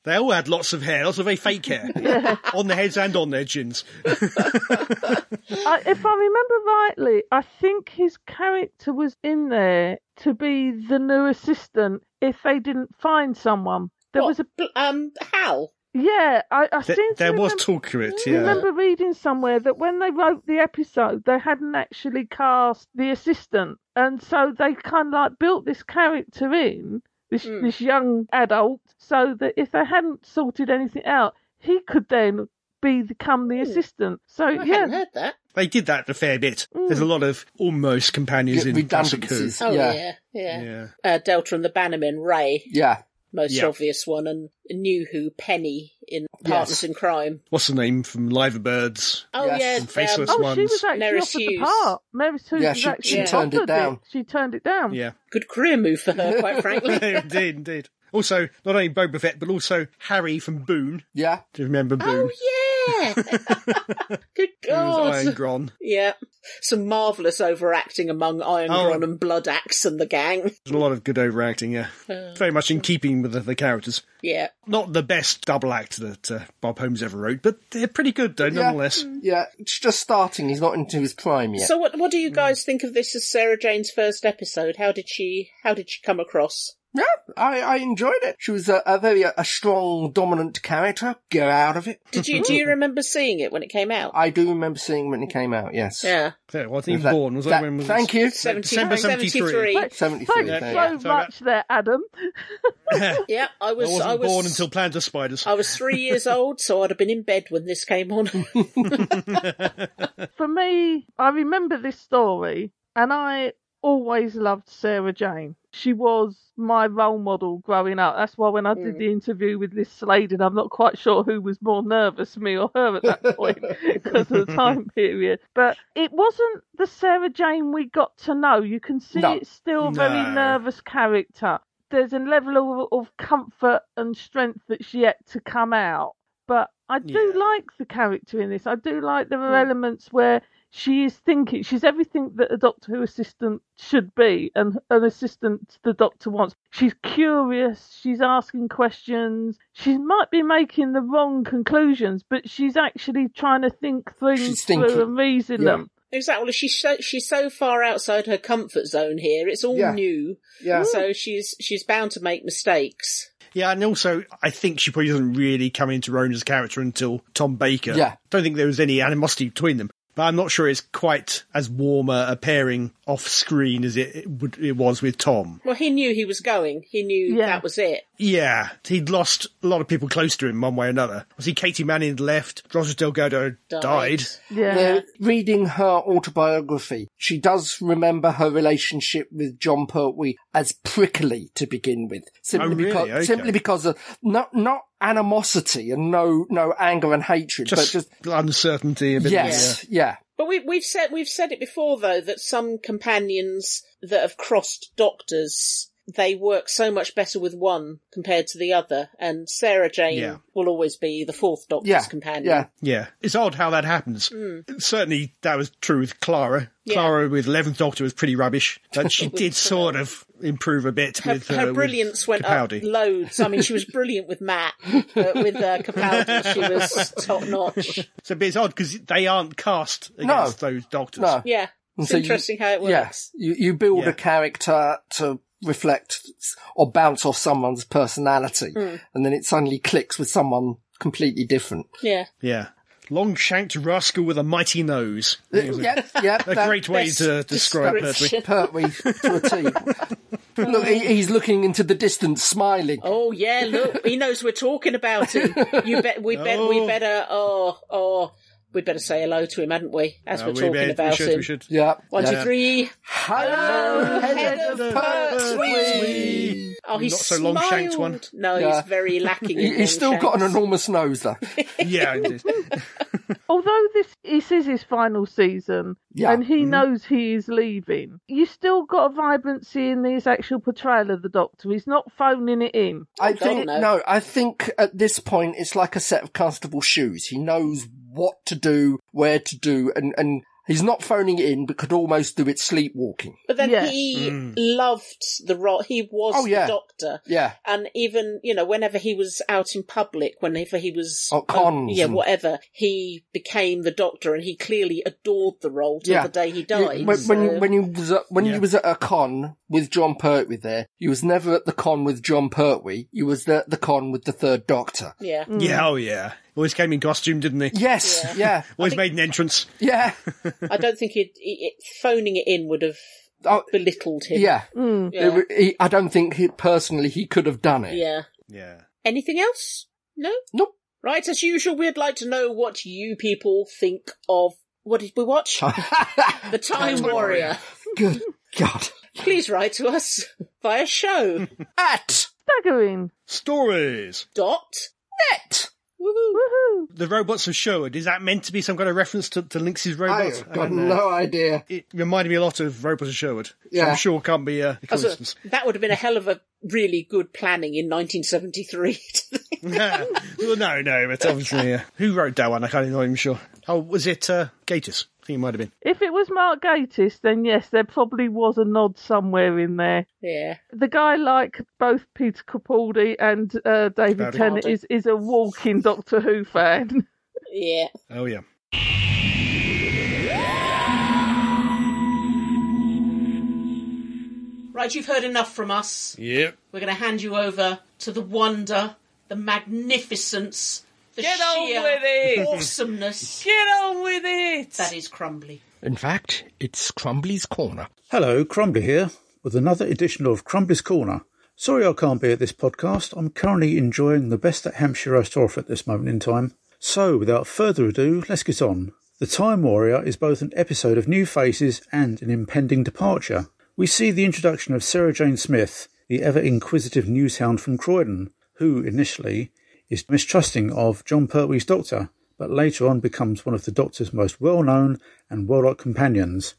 C: They all had lots of hair, lots of very fake hair. on their heads and on their chins.
B: I, if I remember rightly, I think his character was in there to be the new assistant if they didn't find someone. There
A: What,
B: was a
A: bl- um Hal.
B: yeah, I, I
C: Th-
B: seem to
C: there was
B: remember-
C: talk of it,
B: I
C: yeah.
B: remember reading somewhere that when they wrote the episode, they hadn't actually cast the assistant, and so they kind of like built this character in this
D: Mm.
B: this young adult, so that if they hadn't sorted anything out, he could then be become
D: Mm.
B: the assistant. So
A: I
B: yeah,
A: hadn't heard that.
C: They did that a fair bit.
A: Mm.
C: There's a lot of almost companions in Classic Who.
D: redundancies.
A: Oh
D: yeah.
A: yeah,
D: yeah,
A: yeah.
C: Yeah.
A: Uh, Delta and the Bannerman, Ray, most
C: Yeah.
A: obvious one, and New Who, Penny in Partners
D: Yes.
A: in Crime.
C: What's the name from Liverbirds?
A: Oh
D: Yes.
A: yeah,
D: And
C: Faceless
A: um,
B: oh, she
C: ones.
B: was actually
A: Mary
B: offered the
A: Hughes.
B: part. Mary Sue
D: Yeah,
B: was
D: she-
B: actually
D: she turned it
B: offered
D: down.
B: She turned it
A: Mm.
B: down.
C: Yeah.
A: good career move for her, quite frankly.
C: indeed, indeed. Also, not only Boba Fett, but also Harry from Boone. Do you remember Boone?
A: oh yeah, good
C: He was Iron
A: God,
C: Gron.
A: yeah, some marvelous overacting among Iron
C: Oh.
A: Gron and Blood Axe and the gang.
C: There's a lot of good overacting, yeah. Very much in keeping with the, the characters.
A: Yeah,
C: Not the best double act that uh, Bob Holmes ever wrote, but they're pretty good, though, nonetheless.
D: yeah. It's just starting. He's not into his prime yet.
A: So what what do
C: Hmm.
A: you guys think of this as Sarah Jane's first episode? How did she how did she come across?
D: Yeah, I, I enjoyed it. She was a, a very a strong, dominant character. Get out of it.
A: Did you do you remember seeing it when it came out?
D: I do remember seeing when it came out. Yes.
A: yeah.
C: Yeah, well, I think he was
D: That-
C: born. Was that,
D: that-
C: when was
D: thank
C: it?
D: you.
C: December 73.
B: Thanks-
D: 73,
B: Thanks
D: yeah,
C: yeah.
B: so
C: Sorry about-
B: much there, Adam.
A: Yeah, I
C: I
A: was
C: wasn't
A: I was
C: born until Plans of Spiders.
A: I was 3 years old, so I'd have been in bed when this came on.
B: for me, I remember this story, and I always loved Sarah Jane. She was my role model growing up. That's why when I did the interview with Liz Sladen, I'm not quite sure who was more nervous, me or her at that point, because of the time period. But it wasn't the Sarah Jane we got to know. You can see
D: No.
B: it's still a very
C: No.
B: nervous character. There's a level of, of comfort and strength that's yet to come out but I do
C: Yeah.
B: like the character in this. I do like there are elements where she is thinking she's everything that a Doctor Who assistant should be, and an assistant the Doctor wants. She's curious. She's asking questions. She might be making the wrong conclusions, but she's actually trying to think things
D: She's
B: through
D: thinking.
B: and reason
D: Yeah.
B: them.
A: exactly. She's so, she's so far outside her comfort zone here. It's all
D: Yeah.
A: new.
D: Yeah.
A: So she's she's bound to make mistakes.
C: Yeah, and also I think she probably doesn't really come into her own as a character until Tom Baker.
D: Yeah.
C: Don't think there was any animosity between them. But I'm not sure it's quite as warm a a pairing off screen as it it, would, it was with Tom.
A: Well, he knew he was going. He knew
B: Yeah.
A: that was it.
C: Yeah, he'd lost a lot of people close to him one way or another. Was he Katie Manning left? Roger Delgado died.
B: Yeah.
D: Uh, reading her autobiography, she does remember her relationship with John Pertwee as prickly to begin with, simply
C: Oh, really?
D: because
C: Okay.
D: simply because of not not animosity and no no anger and hatred,
C: Just,
D: but just
C: uncertainty. A bit
D: yes, yeah.
A: But we, we've said we've said it before though that some companions that have crossed doctors they work so much better with one compared to the other, and Sarah Jane
C: Yeah.
A: will always be the fourth Doctor's
D: Yeah,
A: companion.
D: yeah.
C: Yeah, it's odd how that happens. Certainly, that was true with Clara. Clara with Eleventh Doctor was pretty rubbish, but she did sort of improve a bit
A: Her,
C: with uh,
A: her
C: with
A: brilliance went up
C: Capaldi.
A: loads. I mean, she was brilliant with Matt, but with uh, Capaldi, she was top notch.
C: So but it's odd because they aren't cast against those Doctors.
D: No.
A: Yeah, it's
D: so you-
A: interesting how it works.
D: Yes. You, you build
C: Yeah.
D: a character to reflect s- or bounce off someone's personality. And then it suddenly clicks with someone completely different.
A: Yeah,
C: Yeah, long-shanked rascal with a mighty nose.
D: Yep. Yep.
C: A
D: that-
C: great way to
A: best
C: describe Pertwee.
A: description.
D: Pertwee to a T. Look, he, he's looking into the distance, smiling.
A: Oh yeah, look, he knows we're talking about him. You bet we bet we
C: Oh.
A: better oh oh we better say hello to him, hadn't we? As
C: Uh,
A: we're
C: we
A: talking
C: may- we
A: about
C: should,
A: him.
C: we should.
D: Yeah.
A: One,
D: yeah.
A: two, three.
D: Hello, head of Pertwee.
A: Oh, he's
C: Not so long-shanked one.
A: smiled. No,
D: Yeah.
A: he's very lacking.
D: He-
A: in
D: He's still got an
A: long-shanks.
D: enormous nose, though.
C: Yeah, it is.
B: Although this this is his final season,
D: Yeah.
B: and he knows he is leaving, you still got a vibrancy in his actual portrayal of the Doctor. He's not phoning it in.
D: I
A: God,
D: think
A: no.
D: no. I think at this point it's like a set of constable shoes. He knows what to do, where to do, and and he's not phoning it in, but could almost do it sleepwalking.
A: But then
B: Yeah.
A: he
C: Mm.
A: loved the role. He was
D: Oh, yeah.
A: the doctor.
D: Yeah,
A: And even, you know, whenever he was out in public, whenever he was. um,
D: Oh, cons
A: yeah,
D: and-
A: whatever. He became the doctor and he clearly adored the role till
D: yeah.
A: the day he
D: You-
A: died.
D: when, when
A: so-
D: you when you was at, when
C: Yeah.
D: you was at a con with John Pertwee, there you was never at the con with John Pertwee. You was at the con with the Third Doctor.
A: yeah.
C: yeah, oh yeah. Always came in costume, didn't they?
D: Yes, yeah,
C: Always made an entrance.
D: yeah,
A: I don't think it, it, phoning it in would have
D: Oh,
A: belittled him.
D: yeah.
A: Yeah.
D: It wa- he- I don't think he, personally he could have done it.
A: Yeah.
C: Yeah.
A: Anything else? No?
D: Nope.
A: Right, as usual, we'd like to know what you people think of. What did we watch? the Time Warrior.
D: Good God.
A: Please write to us via show
D: At
B: Staggering.
C: Stories.
A: dot
D: net.
A: woohoo.
B: Woohoo!
C: The robots of Sherwood. Is that meant to be some kind of reference to, to Lynx's robots?
D: I've
C: I
D: got
C: don't know.
D: no idea.
C: It reminded me a lot of Robots of Sherwood. Yeah.
D: Yeah.
C: I'm sure can't be uh, a
A: Also,
C: coincidence.
A: that would have been a hell of a really good planning in 1973.
C: well, no, no, but obviously, uh, who wrote that one? I can't, not even sure. Oh, was it uh, Gatus? I think it might have been.
B: If it was Mark Gatiss, then yes, there probably was a nod somewhere in there.
A: yeah.
B: The guy, like both Peter Capaldi and uh, David
C: Capaldi.
B: Tennant, is, is a walking Doctor Who fan.
A: Yeah.
C: Oh, yeah.
A: Right, you've heard enough from us.
C: Yep.
A: We're going to hand you over to the wonder, the magnificence, the
F: Get on
A: sheer
F: with it.
A: awesomeness
F: Get on with it!
A: that is Crumbly.
D: In fact, it's Crumbly's Corner.
G: Hello, Crumbly here with another edition of Crumbly's Corner. Sorry I can't be at this podcast. I'm currently enjoying the best that Hampshire has to offer at this moment in time. So, without further ado, let's get on. The Time Warrior is both an episode of new faces and an impending departure. We see the introduction of Sarah Jane Smith, the ever inquisitive newshound from Croydon, who initially is mistrusting of John Pertwee's doctor, but later on becomes one of the doctor's most well known and well liked companions.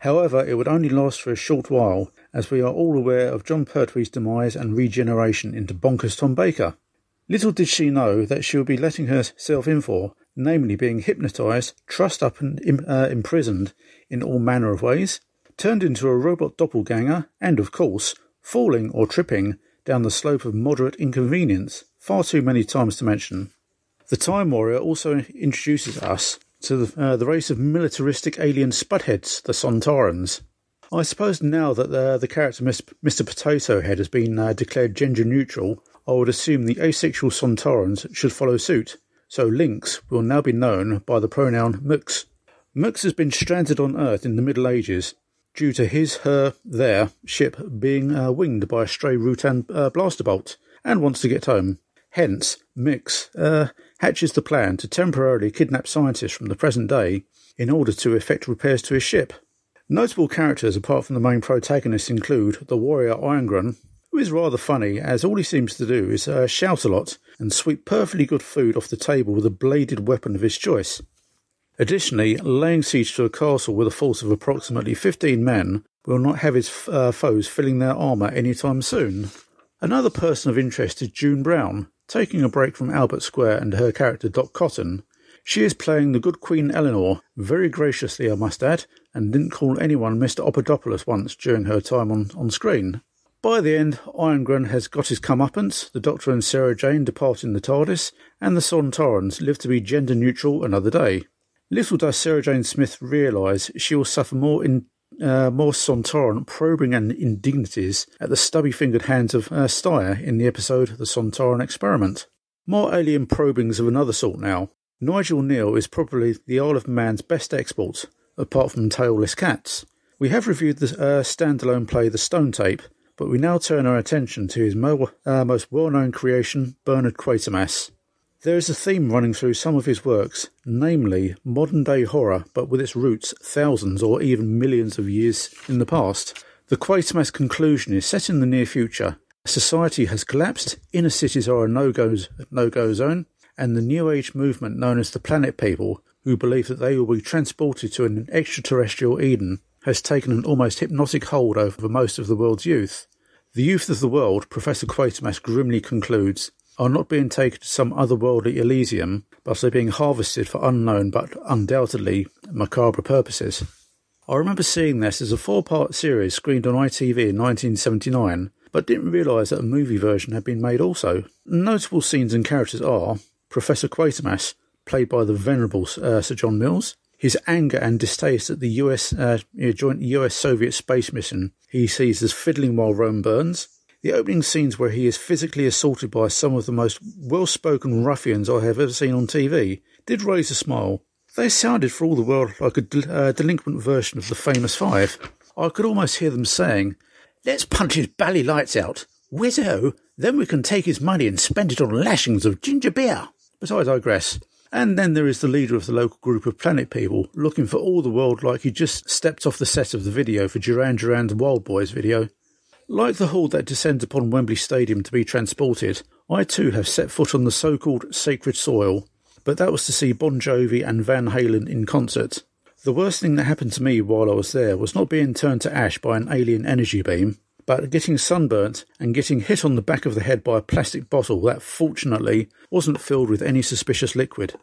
G: However, it would only last for a short while, as we are all aware of John Pertwee's demise and regeneration into bonkers Tom Baker. Little did she know that she would be letting herself in for, namely being hypnotised, trussed up and im- uh, imprisoned in all manner of ways, turned into a robot doppelganger, and of course, falling or tripping down the slope of moderate inconvenience, far too many times to mention. The Time Warrior also introduces us to the, uh, the race of militaristic alien spudheads, the Sontarans. I suppose now that the, the character Mis- Mr. Potato Head has been uh, declared gender neutral, I would assume the asexual Sontarans should follow suit, so Lynx will now be known by the pronoun Mux. Mux has been stranded on Earth in the Middle Ages due to his, her, their ship being uh, winged by a stray Rutan uh, blaster bolt and wants to get home. Hence, Mix uh, hatches the plan to temporarily kidnap scientists from the present day in order to effect repairs to his ship. Notable characters apart from the main protagonists include the warrior Irongren, who is rather funny as all he seems to do is uh, shout a lot and sweep perfectly good food off the table with a bladed weapon of his choice. Additionally, laying siege to a castle with a force of approximately 15 men will not have his uh, foes filling their armour anytime soon. Another person of interest is June Brown, taking a break from Albert Square and her character Doc Cotton. She is playing the good Queen Eleanor, very graciously, I must add, and didn't call anyone Mr. Opadopoulos once during her time on, on screen. By the end, Irongren has got his comeuppance, the Doctor and Sarah Jane depart in the TARDIS, and the Sontarans live to be gender neutral another day. Little does Sarah Jane Smith realise she will suffer more in, uh, more Sontaran probing and indignities at the stubby fingered hands of uh, Steyer in the episode The Sontaran Experiment. More alien probings of another sort now. Nigel Neal is probably the Isle of Man's best export, apart from tailless cats. We have reviewed the uh, standalone play The Stone Tape, but we now turn our attention to his mo- uh, most well known creation, Bernard Quatermass. There is a theme running through some of his works, namely modern day horror, but with its roots thousands or even millions of years in the past. The Quatermass conclusion is set in the near future. Society has collapsed, inner cities are a no go zone, and the New Age movement known as the Planet People, who believe that they will be transported to an extraterrestrial Eden, has taken an almost hypnotic hold over most of the world's youth. The youth of the world, Professor Quatermass grimly concludes, are not being taken to some otherworldly Elysium, but are being harvested for unknown but undoubtedly macabre purposes. I remember seeing this as a four part series screened on ITV in 1979, but didn't realise that a movie version had been made also. Notable scenes and characters are Professor Quatermass, played by the venerable uh, Sir John Mills, his anger and distaste at the US uh, joint US Soviet space mission he sees as fiddling while Rome burns, the opening scenes where he is physically assaulted by some of the most well spoken ruffians I have ever seen on TV did raise a smile. They sounded for all the world like a del- uh, delinquent version of the famous five. I could almost hear them saying, Let's punch his bally lights out, Wizzo, then we can take his money and spend it on lashings of ginger beer. But I digress. And then there is the leader of the local group of planet people, looking for all the world like he just stepped off the set of the video for Duran Duran's Wild Boys video. Like the hall that descends upon Wembley Stadium to be transported, I too have set foot on the so called sacred soil, but that was to see Bon Jovi and Van Halen in concert. The worst thing that happened to me while I was there was not being turned to ash by an alien energy beam, but getting sunburnt and getting hit on the back of the head by a plastic bottle that fortunately wasn't filled with any suspicious liquid.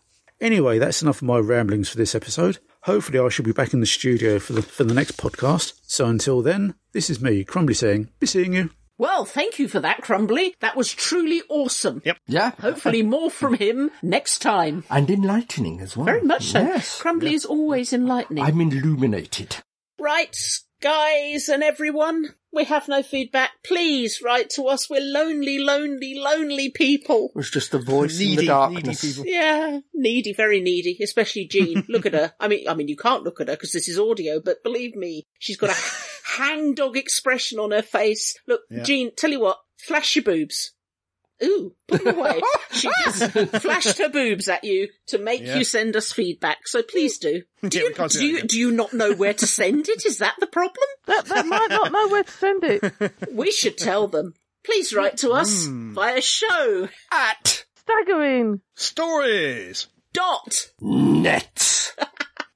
G: Anyway, that's enough of my ramblings for this episode. Hopefully, I shall be back in the studio for the for the next podcast. So until then, this is me, Crumbly, saying, "Be seeing you."
A: Well, thank you for that, Crumbly. That was truly awesome.
C: Yep.
D: Yeah.
A: Hopefully, more from him next time.
D: And enlightening as well.
A: Very much so.
D: Yes.
A: Crumbly is always enlightening.
D: I'm illuminated.
A: Right, guys and everyone, we have no feedback. Please write to us. We're lonely, lonely, lonely people.
D: It was just a voice in the
C: Needy,
D: darkness.
C: needy people.
A: Yeah, needy, very needy, especially Jean. Look at her. I mean, I mean, you can't look at her because this is audio, but believe me, she's got a hangdog expression on her face. Look, Jean, tell you what, flash your boobs. Ooh, put them away. she just flashed her boobs at you to make
C: Yeah.
A: you send us feedback. So please do. Do
C: Yeah,
A: you,
C: we can't do
A: do,
C: that
A: you,
C: again.
A: do you not know where to send it? Is that the problem?
B: That, that might not know where to send it.
A: We should tell them. Please write to us
C: Hmm.
A: via show at
B: Staggering.
C: Stories!
A: dot.
D: Nets.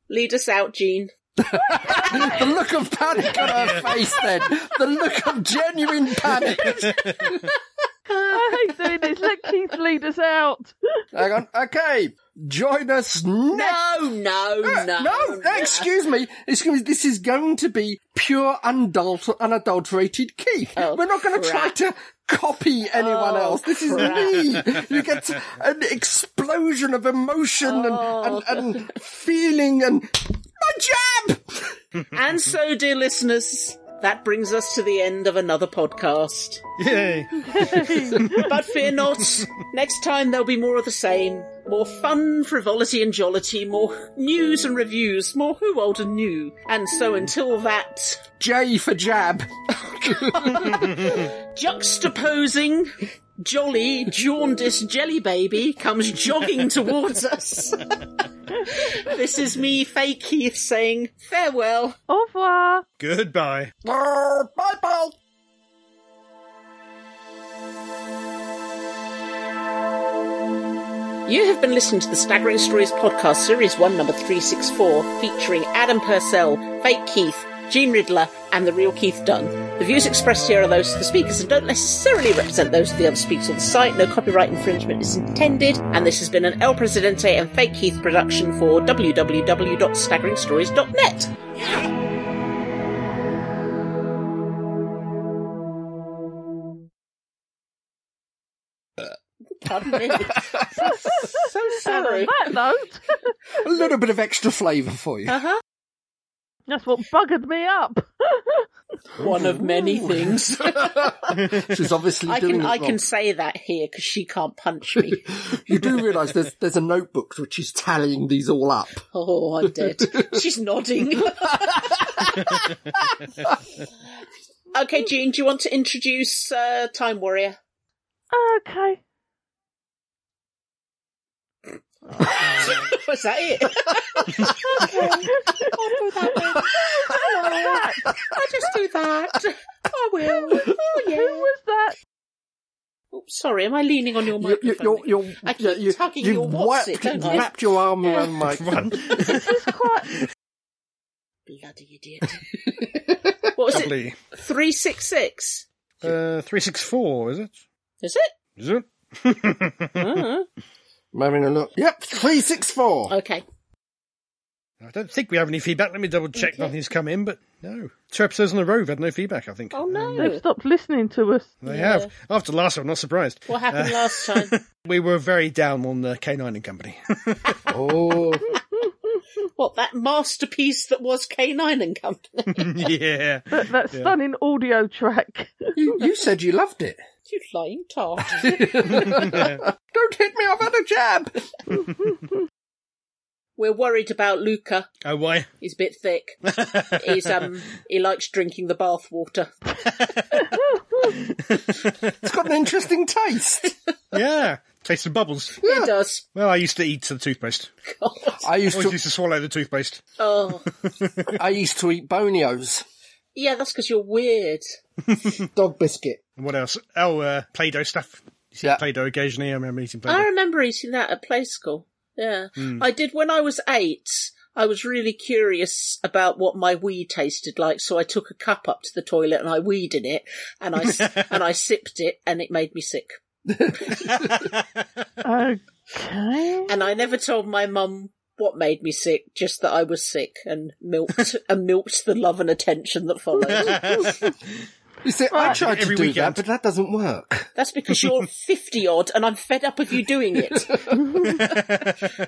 A: Lead us out, Jean.
D: The look of panic on her face then. The look of genuine panic.
B: I hate doing this. Let Keith lead us out.
D: Hang on. Okay. Join us next.
A: No, no, no.
D: no, excuse me. Excuse me. This is going to be pure unadul- unadulterated Keith.
A: Oh,
D: We're not going to try
A: crap.
D: to copy anyone
A: Oh,
D: else. This
A: crap.
D: is me. You get an explosion of emotion
A: Oh.
D: and, and, and feeling and my jab.
A: And so, dear listeners, that brings us to the end of another podcast.
C: Yay!
A: But fear not, next time there'll be more of the same. More fun, frivolity and jollity, more news and reviews, more who old and new. And so until that,
D: J for jab.
A: juxtaposing jolly jaundiced jelly baby comes jogging towards us this is me fake keith saying farewell
B: Au revoir.
C: Goodbye.
D: Bye bye.
A: you have been listening to the staggering stories podcast series 1 number 364 featuring adam purcell fake keith Gene Ridler, and the real Keith Dunn. The views expressed here are those of the speakers and don't necessarily represent those of the other speakers on the site. No copyright infringement is intended, and this has been an El Presidente and Fake Keith production for www.staggeringstories.net. Pardon me. so
B: And on
A: sorry.
B: that note,
D: A little bit of extra flavour for you.
A: Uh-huh.
B: that's what buggered me up.
A: One of many things.
D: She's obviously
A: I
D: doing
A: can
D: it
A: I can
D: wrong.
A: say that here because she can't punch me.
D: You do realise there's there's a notebook which is tallying these all up.
A: oh, I did. She's nodding. okay, Jean, do you want to introduce uh, Time Warrior?
B: okay.
A: Was that it? I'll just do that. I will. Oh
B: Who
A: yeah.
B: was that?
A: Oh, sorry, am I leaning on your
D: You- you-
A: microphone?
D: You're, you're,
A: I keep
D: yeah, you,
A: tugging
D: you've
A: your what's it,
D: wrapped-
A: don't I?
D: wrapped your arm around my
C: Run.
A: Bloody idiot. what was it?
C: Lovely.
A: Three six six.
C: Uh, 364, is it?
A: Is it?
C: Is it?
D: I'm having a look. Yep, three six four.
A: Okay.
C: I don't think we have any feedback. Let me double check. Nothing's come in, but no. Two episodes in a row, we've had no feedback, I think.
A: Oh
B: They've
A: no.
B: stopped listening to us.
C: They
A: Yeah.
C: have. After last time, I'm not surprised.
A: What happened
C: Uh,
A: last time?
C: We were very down on uh, K9 and Company.
D: Oh,
A: What that masterpiece that was K9 and Company?
C: yeah.
B: That, that stunning audio track.
D: you, you said you loved it.
A: you flying tart.
D: Don't hit me! I've had a jab.
A: We're worried about Luca.
C: Oh, why?
A: He's a bit thick. He's um he likes drinking the bath water.
D: It's got an interesting taste.
C: Yeah. Taste of bubbles.
A: He does.
C: Well, I used to eat the toothpaste.
A: God.
D: I used
C: Always
D: to
C: used to swallow the toothpaste.
A: Oh.
D: I used to eat bonios,
A: Yeah, that's because you're weird.
D: dog biscuit.
C: And what else? Oh, uh, Play-Doh stuff.
D: Yeah,
C: Play-Doh occasionally. I remember eating
A: I
C: Play-Doh.
A: remember eating that at play school. Yeah. I did when I was eight. I was really curious about what my wee tasted like, so I took a cup up to the toilet and I weed in it, and I s- and I sipped it, and it made me sick.
B: Okay.
A: And I never told my mum what made me sick, just that I was sick and milked and milked the love and attention that followed.
D: you see, I
B: Right.
D: tried to
C: Every
D: do that,
C: weekend.
D: but that doesn't work.
A: That's because you're fifty odd, and I'm fed up of you doing it.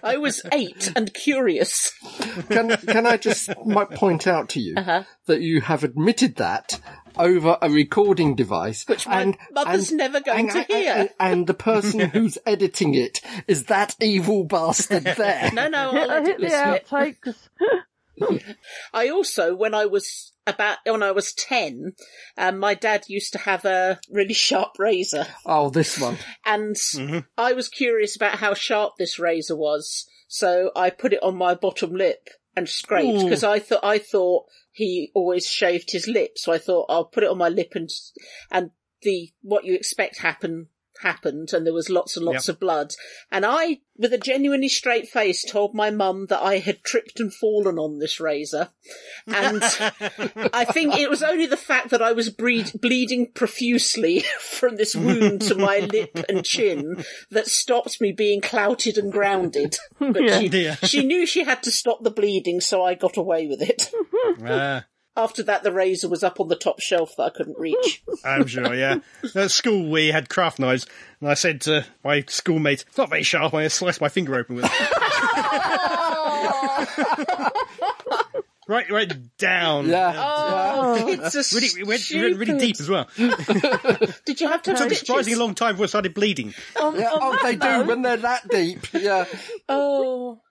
A: I was eight and curious.
D: Can can I just might point out to you
A: Uh-huh.
D: that you have admitted that over a recording device, which
A: my mother's never going to hear.
D: And, and the person who's editing it is that evil bastard there.
A: No, no, I'll
B: I
A: let
B: hit
A: it
B: the
A: listen to it.
B: outtakes.
A: I also, when I was about when I was ten, um, my dad used to have a really sharp razor,
D: Oh, this one.
A: and I was curious about how sharp this razor was, so I put it on my bottom lip and scraped because I thought I thought he always shaved his lip, so I thought I'll put it on my lip and s- and the what you expect happen happened and there was lots and lots
C: Yep.
A: of blood and i with a genuinely straight face told my mum that i had tripped and fallen on this razor and I think it was only the fact that I was breed- bleeding profusely from this wound to my lip and chin that stopped me being clouted and grounded. But
B: Yeah.
C: Yeah.
A: she, she knew she had to stop the bleeding, so I got away with it.
C: Ah,
A: After that, the razor was up on the top shelf that I couldn't reach.
C: I'm sure, yeah. At school, we had craft knives, and I said to my schoolmate, it's not very sharp, I sliced my finger open with it. right, right down.
D: Yeah.
A: It's a
C: Really, it went, it went really deep as well.
A: Did you have to
C: took a
A: have
C: surprisingly long time before I started bleeding.
D: Yeah, oh, they do when they're that deep. Yeah,
A: Oh,